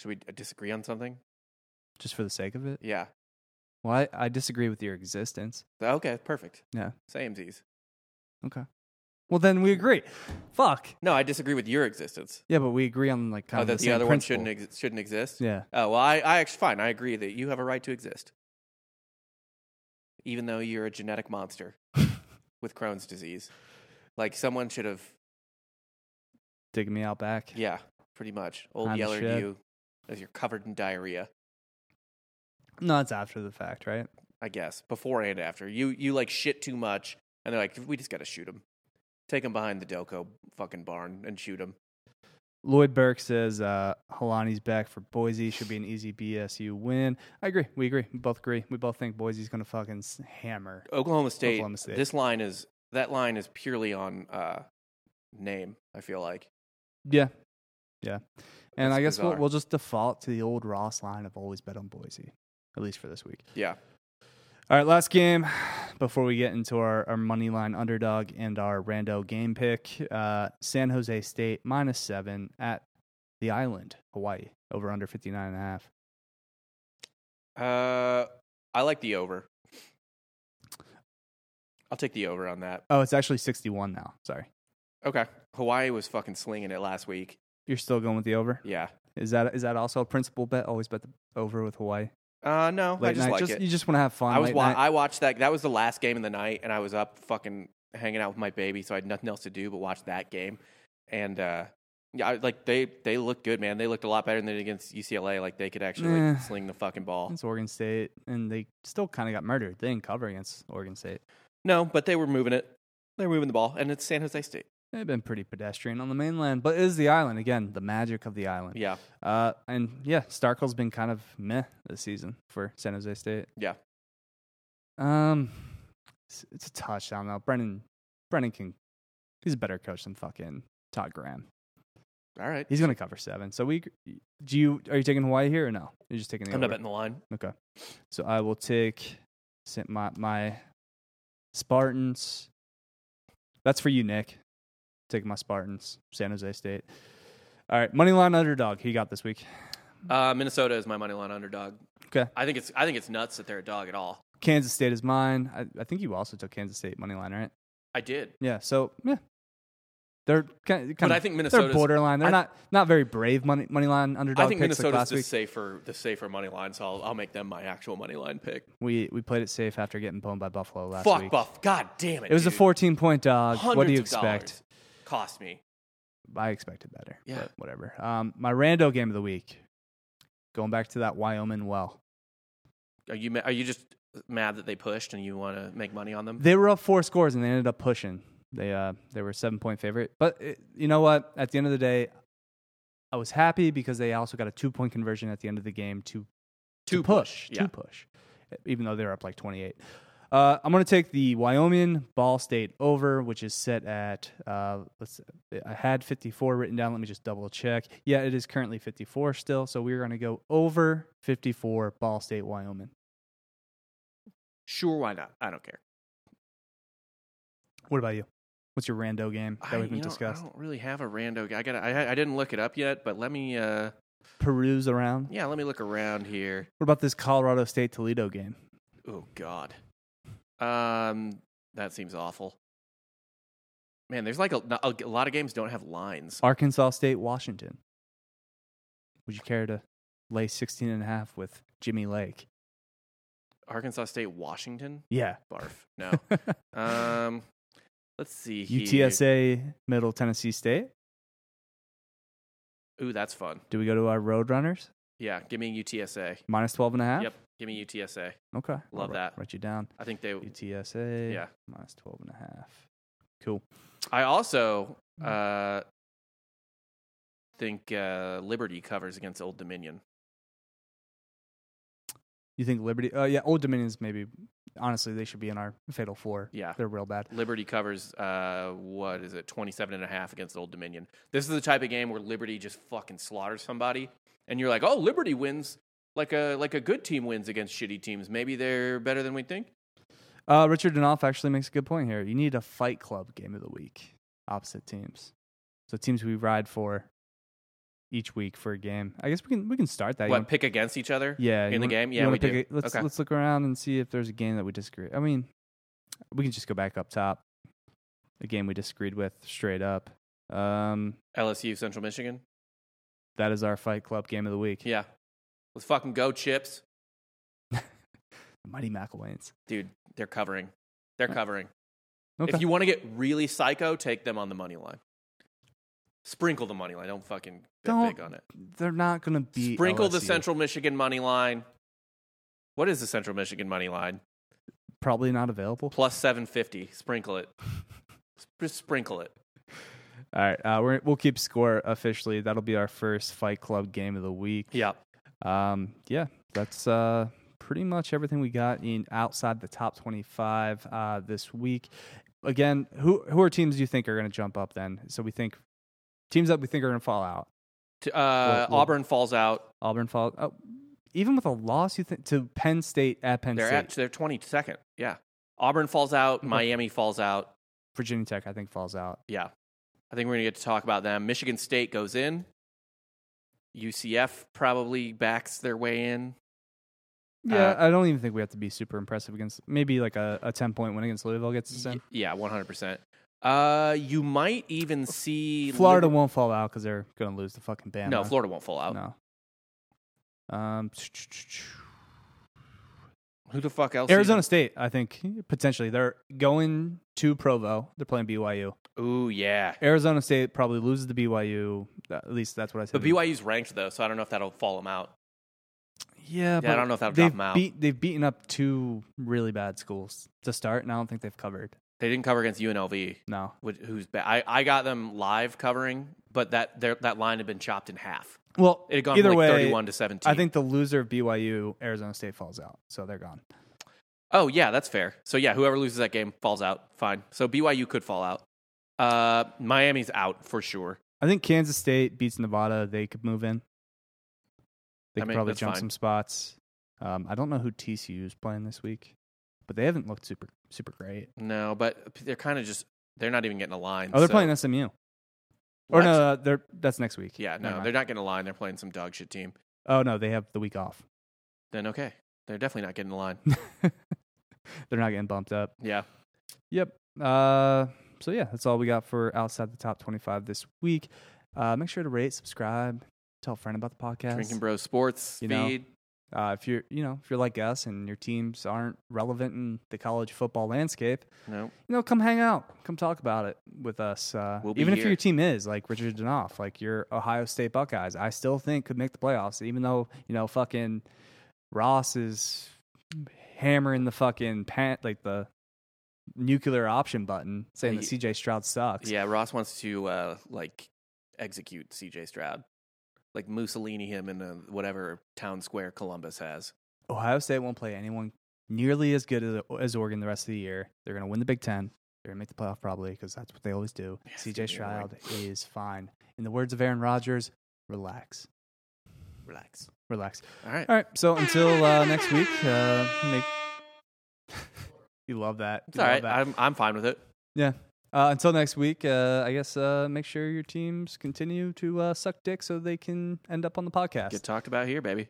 [SPEAKER 2] Should we uh, disagree on something?
[SPEAKER 1] Just for the sake of it.
[SPEAKER 2] Yeah.
[SPEAKER 1] Well, I, I disagree with your existence.
[SPEAKER 2] Okay, perfect.
[SPEAKER 1] Yeah.
[SPEAKER 2] Same Z's.
[SPEAKER 1] Okay. Well, then we agree. Fuck.
[SPEAKER 2] No, I disagree with your existence.
[SPEAKER 1] Yeah, but we agree on like kind
[SPEAKER 2] Oh,
[SPEAKER 1] of
[SPEAKER 2] that
[SPEAKER 1] the,
[SPEAKER 2] the,
[SPEAKER 1] same
[SPEAKER 2] other
[SPEAKER 1] principle.
[SPEAKER 2] one shouldn't ex- shouldn't exist.
[SPEAKER 1] Yeah.
[SPEAKER 2] Oh well, I, I actually fine. I agree that you have a right to exist, even though you're a genetic monster with Crohn's disease. Like someone should have,
[SPEAKER 1] Digging me out back.
[SPEAKER 2] yeah, pretty much. Old
[SPEAKER 1] Time to
[SPEAKER 2] Yeller to
[SPEAKER 1] shed.
[SPEAKER 2] you, as you're covered in diarrhea.
[SPEAKER 1] No, it's after the fact, right?
[SPEAKER 2] I guess before and after you you like shit too much, and they're like, we just gotta shoot him, take him behind the Delco fucking barn and shoot him.
[SPEAKER 1] Lloyd Burke says uh, Halani's back for Boise. Should be an easy BSU win. I agree. We agree. We both agree. We both think Boise's going to fucking s- hammer.
[SPEAKER 2] Oklahoma State,
[SPEAKER 1] Oklahoma State.
[SPEAKER 2] This line is that line is purely on uh, name. I feel like
[SPEAKER 1] Yeah. Yeah. And
[SPEAKER 2] That's
[SPEAKER 1] I guess we'll,
[SPEAKER 2] bizarre.
[SPEAKER 1] we'll just default to the old Ross line of always bet on Boise, at least for this week.
[SPEAKER 2] yeah.
[SPEAKER 1] All right, last game before we get into our, our money line underdog and our rando game pick. Uh, San Jose State minus seven at the island, Hawaii, over under 59 and a half.
[SPEAKER 2] Uh, I like the over. I'll take the over on that.
[SPEAKER 1] Oh, it's actually 61 now. Sorry.
[SPEAKER 2] Okay. Hawaii was fucking slinging it last week.
[SPEAKER 1] You're still going with the over?
[SPEAKER 2] Yeah.
[SPEAKER 1] Is that is that also a principal bet? Always bet the over with Hawaii.
[SPEAKER 2] Uh, no, I
[SPEAKER 1] Late
[SPEAKER 2] just
[SPEAKER 1] night,
[SPEAKER 2] like
[SPEAKER 1] just,
[SPEAKER 2] it.
[SPEAKER 1] you just want to have fun.
[SPEAKER 2] I was
[SPEAKER 1] late
[SPEAKER 2] wa-
[SPEAKER 1] night.
[SPEAKER 2] I watched that. That was the last game of the night, and I was up fucking hanging out with my baby, so I had nothing else to do but watch that game. And uh, yeah, I, like they they looked good, man. They looked a lot better than they did against UCLA. Like they could actually
[SPEAKER 1] Nah.
[SPEAKER 2] like, sling the fucking ball.
[SPEAKER 1] It's Oregon State, and they still kind of got murdered. They didn't cover against Oregon State.
[SPEAKER 2] No, but they were moving it. They were moving the ball, and it's San Jose State.
[SPEAKER 1] They've been pretty pedestrian on the mainland, but it is the island again, the magic of the island.
[SPEAKER 2] Yeah.
[SPEAKER 1] Uh, and yeah, Starkle's been kind of meh this season for San Jose State.
[SPEAKER 2] Yeah.
[SPEAKER 1] Um, it's, it's a touchdown though. Brennan, Brennan can, he's a better coach than fucking Todd Graham.
[SPEAKER 2] All right.
[SPEAKER 1] He's gonna cover seven. So we, do you are you taking Hawaii here or no? You're just taking the
[SPEAKER 2] I'm not
[SPEAKER 1] over.
[SPEAKER 2] betting the line.
[SPEAKER 1] Okay. So I will take sent my my Spartans. That's for you, Nick. Taking my Spartans, San Jose State. All right, money line underdog. He got this week.
[SPEAKER 2] Uh, Minnesota is my money line underdog.
[SPEAKER 1] Okay.
[SPEAKER 2] I think it's I think it's nuts that they're a dog at all.
[SPEAKER 1] Kansas State is mine. I, I think you also took Kansas State money line, right?
[SPEAKER 2] I did.
[SPEAKER 1] Yeah. So yeah, they're kind, kind
[SPEAKER 2] But
[SPEAKER 1] of.
[SPEAKER 2] I think
[SPEAKER 1] they're
[SPEAKER 2] Minnesota's
[SPEAKER 1] borderline. They're
[SPEAKER 2] I-
[SPEAKER 1] not not very brave money money line underdog
[SPEAKER 2] I think
[SPEAKER 1] picks like
[SPEAKER 2] Minnesota's
[SPEAKER 1] last
[SPEAKER 2] the
[SPEAKER 1] week.
[SPEAKER 2] safer the safer money line, so I'll, I'll make them my actual money line pick.
[SPEAKER 1] We we played it safe after getting boned by Buffalo last
[SPEAKER 2] Fuck
[SPEAKER 1] week.
[SPEAKER 2] Buff. God damn it.
[SPEAKER 1] It was a
[SPEAKER 2] dude.
[SPEAKER 1] 14 point dog. what
[SPEAKER 2] Hundreds
[SPEAKER 1] do you
[SPEAKER 2] of
[SPEAKER 1] expect?
[SPEAKER 2] dollars Cost me.
[SPEAKER 1] I expected better.
[SPEAKER 2] Yeah.
[SPEAKER 1] But whatever. Um, my rando game of the week. Going back to that Wyoming well.
[SPEAKER 2] Are you ma- are you just mad that they pushed and you want to make money on them?
[SPEAKER 1] They were up four scores and they ended up pushing. They uh they were a seven point favorite. But it, you know what? At the end of the day, I was happy because they also got a two point conversion at the end of the game to
[SPEAKER 2] To
[SPEAKER 1] push,
[SPEAKER 2] push,
[SPEAKER 1] to
[SPEAKER 2] yeah.
[SPEAKER 1] push, eh, even though they're up like twenty eight. Uh, I'm going to take the Wyoming Ball State over, which is set at uh, let's. I had 54 written down. Let me just double check. Yeah, it is currently 54 still. So we're going to go over 54 Ball State Wyoming.
[SPEAKER 2] Sure, why not? I don't care.
[SPEAKER 1] What about you? What's your rando game that
[SPEAKER 2] I,
[SPEAKER 1] we've been
[SPEAKER 2] you know,
[SPEAKER 1] discussed?
[SPEAKER 2] I don't really have a rando. g- I got. I I didn't look it up yet, but let me. uh
[SPEAKER 1] Peruse around.
[SPEAKER 2] Yeah, let me look around here.
[SPEAKER 1] What about this Colorado State Toledo game?
[SPEAKER 2] Oh God. Um, that seems awful. Man, there's like a, a a lot of games don't have lines.
[SPEAKER 1] Arkansas State Washington. Would you care to lay 16 and a half with Jimmy Lake?
[SPEAKER 2] Arkansas State, Washington.
[SPEAKER 1] Yeah.
[SPEAKER 2] Barf. No. um, let's see. Here.
[SPEAKER 1] UTSA Middle Tennessee State.
[SPEAKER 2] Ooh, that's fun.
[SPEAKER 1] Do we go to our Roadrunners?
[SPEAKER 2] Yeah, give me UTSA.
[SPEAKER 1] Minus 12 and a half?
[SPEAKER 2] Yep, give me UTSA.
[SPEAKER 1] Okay.
[SPEAKER 2] Love
[SPEAKER 1] I'll
[SPEAKER 2] that.
[SPEAKER 1] Write you down.
[SPEAKER 2] I think they.
[SPEAKER 1] UTSA.
[SPEAKER 2] Yeah.
[SPEAKER 1] Minus 12 and a half. Cool.
[SPEAKER 2] I also uh,
[SPEAKER 1] Mm-hmm.
[SPEAKER 2] think uh, Liberty covers against Old Dominion.
[SPEAKER 1] You think Liberty? Uh, yeah, Old Dominions maybe. Honestly, they should be in our Fatal Four.
[SPEAKER 2] Yeah.
[SPEAKER 1] They're real bad.
[SPEAKER 2] Liberty covers uh, what is it, 27 and a half against Old Dominion. This is the type of game where Liberty just fucking slaughters somebody, and you're like, oh, Liberty wins. Like a like a good team wins against shitty teams. Maybe they're better than we think.
[SPEAKER 1] Uh, Richard Danoff actually makes a good point here. You need a fight club game of the week, opposite teams. So teams we ride for each week for a game. I guess we can we can start that. You
[SPEAKER 2] What
[SPEAKER 1] wanna-
[SPEAKER 2] pick against each other?
[SPEAKER 1] yeah,
[SPEAKER 2] in
[SPEAKER 1] you
[SPEAKER 2] the
[SPEAKER 1] wanna-
[SPEAKER 2] game?
[SPEAKER 1] you
[SPEAKER 2] Yeah,
[SPEAKER 1] wanna
[SPEAKER 2] we do.
[SPEAKER 1] pick a- let's
[SPEAKER 2] Okay.
[SPEAKER 1] let's look around and see if there's a game that we disagree. I mean, we can just go back up top. A game we disagreed with straight up. Um,
[SPEAKER 2] LSU Central Michigan.
[SPEAKER 1] that is our fight club game of the week.
[SPEAKER 2] Yeah, let's fucking go, Chips.
[SPEAKER 1] Mighty McElwain's.
[SPEAKER 2] dude, they're covering. They're
[SPEAKER 1] Uh,
[SPEAKER 2] covering.
[SPEAKER 1] Okay.
[SPEAKER 2] If you want to get really psycho, take them on the money line. Sprinkle the money line. Don't fucking bet
[SPEAKER 1] Don't
[SPEAKER 2] big on it.
[SPEAKER 1] They're not going to be
[SPEAKER 2] Sprinkle the
[SPEAKER 1] LSU.
[SPEAKER 2] Central Michigan money line. What is the Central Michigan money line?
[SPEAKER 1] Probably not available.
[SPEAKER 2] Plus 750. Sprinkle it. Just sprinkle it.
[SPEAKER 1] All right, uh, we're, we'll keep score officially. That'll be our first Fight Club game of the week.
[SPEAKER 2] Yeah.
[SPEAKER 1] Um, yeah, that's uh, pretty much everything we got in outside the top twenty-five uh, this week. Again, who who are teams you think are going to jump up? Then, so we think teams that we think are going to fall out.
[SPEAKER 2] To, uh,
[SPEAKER 1] Well, well-
[SPEAKER 2] Auburn falls out.
[SPEAKER 1] Auburn fall. Oh, even with a loss, you think to Penn State at Penn
[SPEAKER 2] They're
[SPEAKER 1] State,
[SPEAKER 2] at they're 22nd. Yeah. Auburn falls out.
[SPEAKER 1] Okay.
[SPEAKER 2] Miami falls out.
[SPEAKER 1] Virginia Tech, I think falls out.
[SPEAKER 2] Yeah. I think we're going to get to talk about them. Michigan State goes in. UCF probably backs their way in.
[SPEAKER 1] Yeah,
[SPEAKER 2] Uh,
[SPEAKER 1] I don't even think we have to be super impressive against maybe like a, a ten-point win against Louisville gets us in.
[SPEAKER 2] Y- yeah, 100%. Uh, you might even see
[SPEAKER 1] Florida
[SPEAKER 2] Liber-
[SPEAKER 1] won't fall out because they're going to lose the fucking Bama.
[SPEAKER 2] No, Florida won't fall out.
[SPEAKER 1] No. Um,
[SPEAKER 2] Who the fuck else?
[SPEAKER 1] Arizona State, I think potentially they're going to Provo. They're playing BYU.
[SPEAKER 2] Even? Ooh, yeah.
[SPEAKER 1] Arizona State probably loses to BYU. At least that's what I said.
[SPEAKER 2] But BYU's ranked though, so I don't know if that'll fall them out.
[SPEAKER 1] yeah, but
[SPEAKER 2] I don't know if that'll drop
[SPEAKER 1] they've
[SPEAKER 2] them out.
[SPEAKER 1] beat they've beaten up two really bad schools to start, and I don't think they've covered.
[SPEAKER 2] They didn't cover against UNLV,
[SPEAKER 1] No.
[SPEAKER 2] which, who's ba- I I got them live covering, but that their, that line had been chopped in half.
[SPEAKER 1] Well,
[SPEAKER 2] It had gone
[SPEAKER 1] either
[SPEAKER 2] from like
[SPEAKER 1] way,
[SPEAKER 2] 31 to 17.
[SPEAKER 1] I think the loser of BYU, Arizona State falls out, so they're gone.
[SPEAKER 2] Oh yeah, that's fair. So yeah, whoever loses that game falls out. Fine. So BYU could fall out. Uh, Miami's out for sure.
[SPEAKER 1] I think Kansas State beats Nevada. They could move in. They
[SPEAKER 2] I
[SPEAKER 1] could
[SPEAKER 2] mean,
[SPEAKER 1] probably
[SPEAKER 2] that's
[SPEAKER 1] jump
[SPEAKER 2] fine.
[SPEAKER 1] some spots. Um, I don't know who TCU is playing this week, but they haven't looked super super great.
[SPEAKER 2] No, but they're kind of just they're not even getting a line.
[SPEAKER 1] Oh, they're
[SPEAKER 2] so-
[SPEAKER 1] playing SMU. Or
[SPEAKER 2] What?
[SPEAKER 1] no, uh, they're that's next week.
[SPEAKER 2] Yeah,
[SPEAKER 1] Never
[SPEAKER 2] no,
[SPEAKER 1] mind.
[SPEAKER 2] they're not getting a line. They're playing some dog shit team.
[SPEAKER 1] oh no, they have the week off.
[SPEAKER 2] Then okay, they're definitely not getting a line.
[SPEAKER 1] They're not getting bumped up.
[SPEAKER 2] yeah,
[SPEAKER 1] Yep. Uh, so yeah, that's all we got for outside the top twenty five this week. Uh, make sure to rate, subscribe, tell a friend about the podcast.
[SPEAKER 2] Drinking Bros Sports
[SPEAKER 1] You know,
[SPEAKER 2] feed.
[SPEAKER 1] Uh, if you're, you know, if you're like us and your teams aren't relevant in the college football landscape,
[SPEAKER 2] No.
[SPEAKER 1] you know, come hang out, come talk about it with us. Uh,
[SPEAKER 2] We'll be
[SPEAKER 1] even if
[SPEAKER 2] here.
[SPEAKER 1] your team is like Richard Danoff, like your Ohio State Buckeyes, I still think could make the playoffs, even though you know fucking Ross is hammering the fucking pan like the nuclear option button, saying that
[SPEAKER 2] He-
[SPEAKER 1] CJ Stroud sucks.
[SPEAKER 2] Yeah, Ross wants to uh, like execute CJ Stroud, like Mussolini him in uh whatever town square Columbus has.
[SPEAKER 1] Ohio State won't play anyone nearly as good as, as Oregon the rest of the year. They're going to win the Big Ten. They're going to make the playoff probably because that's what they always do.
[SPEAKER 2] Yeah, it's
[SPEAKER 1] CJ
[SPEAKER 2] gonna
[SPEAKER 1] Stroud is fine. In the words of Aaron Rodgers, relax.
[SPEAKER 2] Relax.
[SPEAKER 1] Relax.
[SPEAKER 2] All right.
[SPEAKER 1] All right. So until uh, next week, uh, make. you love that.
[SPEAKER 2] It's
[SPEAKER 1] You
[SPEAKER 2] all
[SPEAKER 1] love
[SPEAKER 2] right.
[SPEAKER 1] that.
[SPEAKER 2] I'm I'm fine with it.
[SPEAKER 1] Uh, until next week, uh, I guess uh, make sure your teams continue to uh, suck dick so they can end up on the podcast.
[SPEAKER 2] Get talked about here, baby.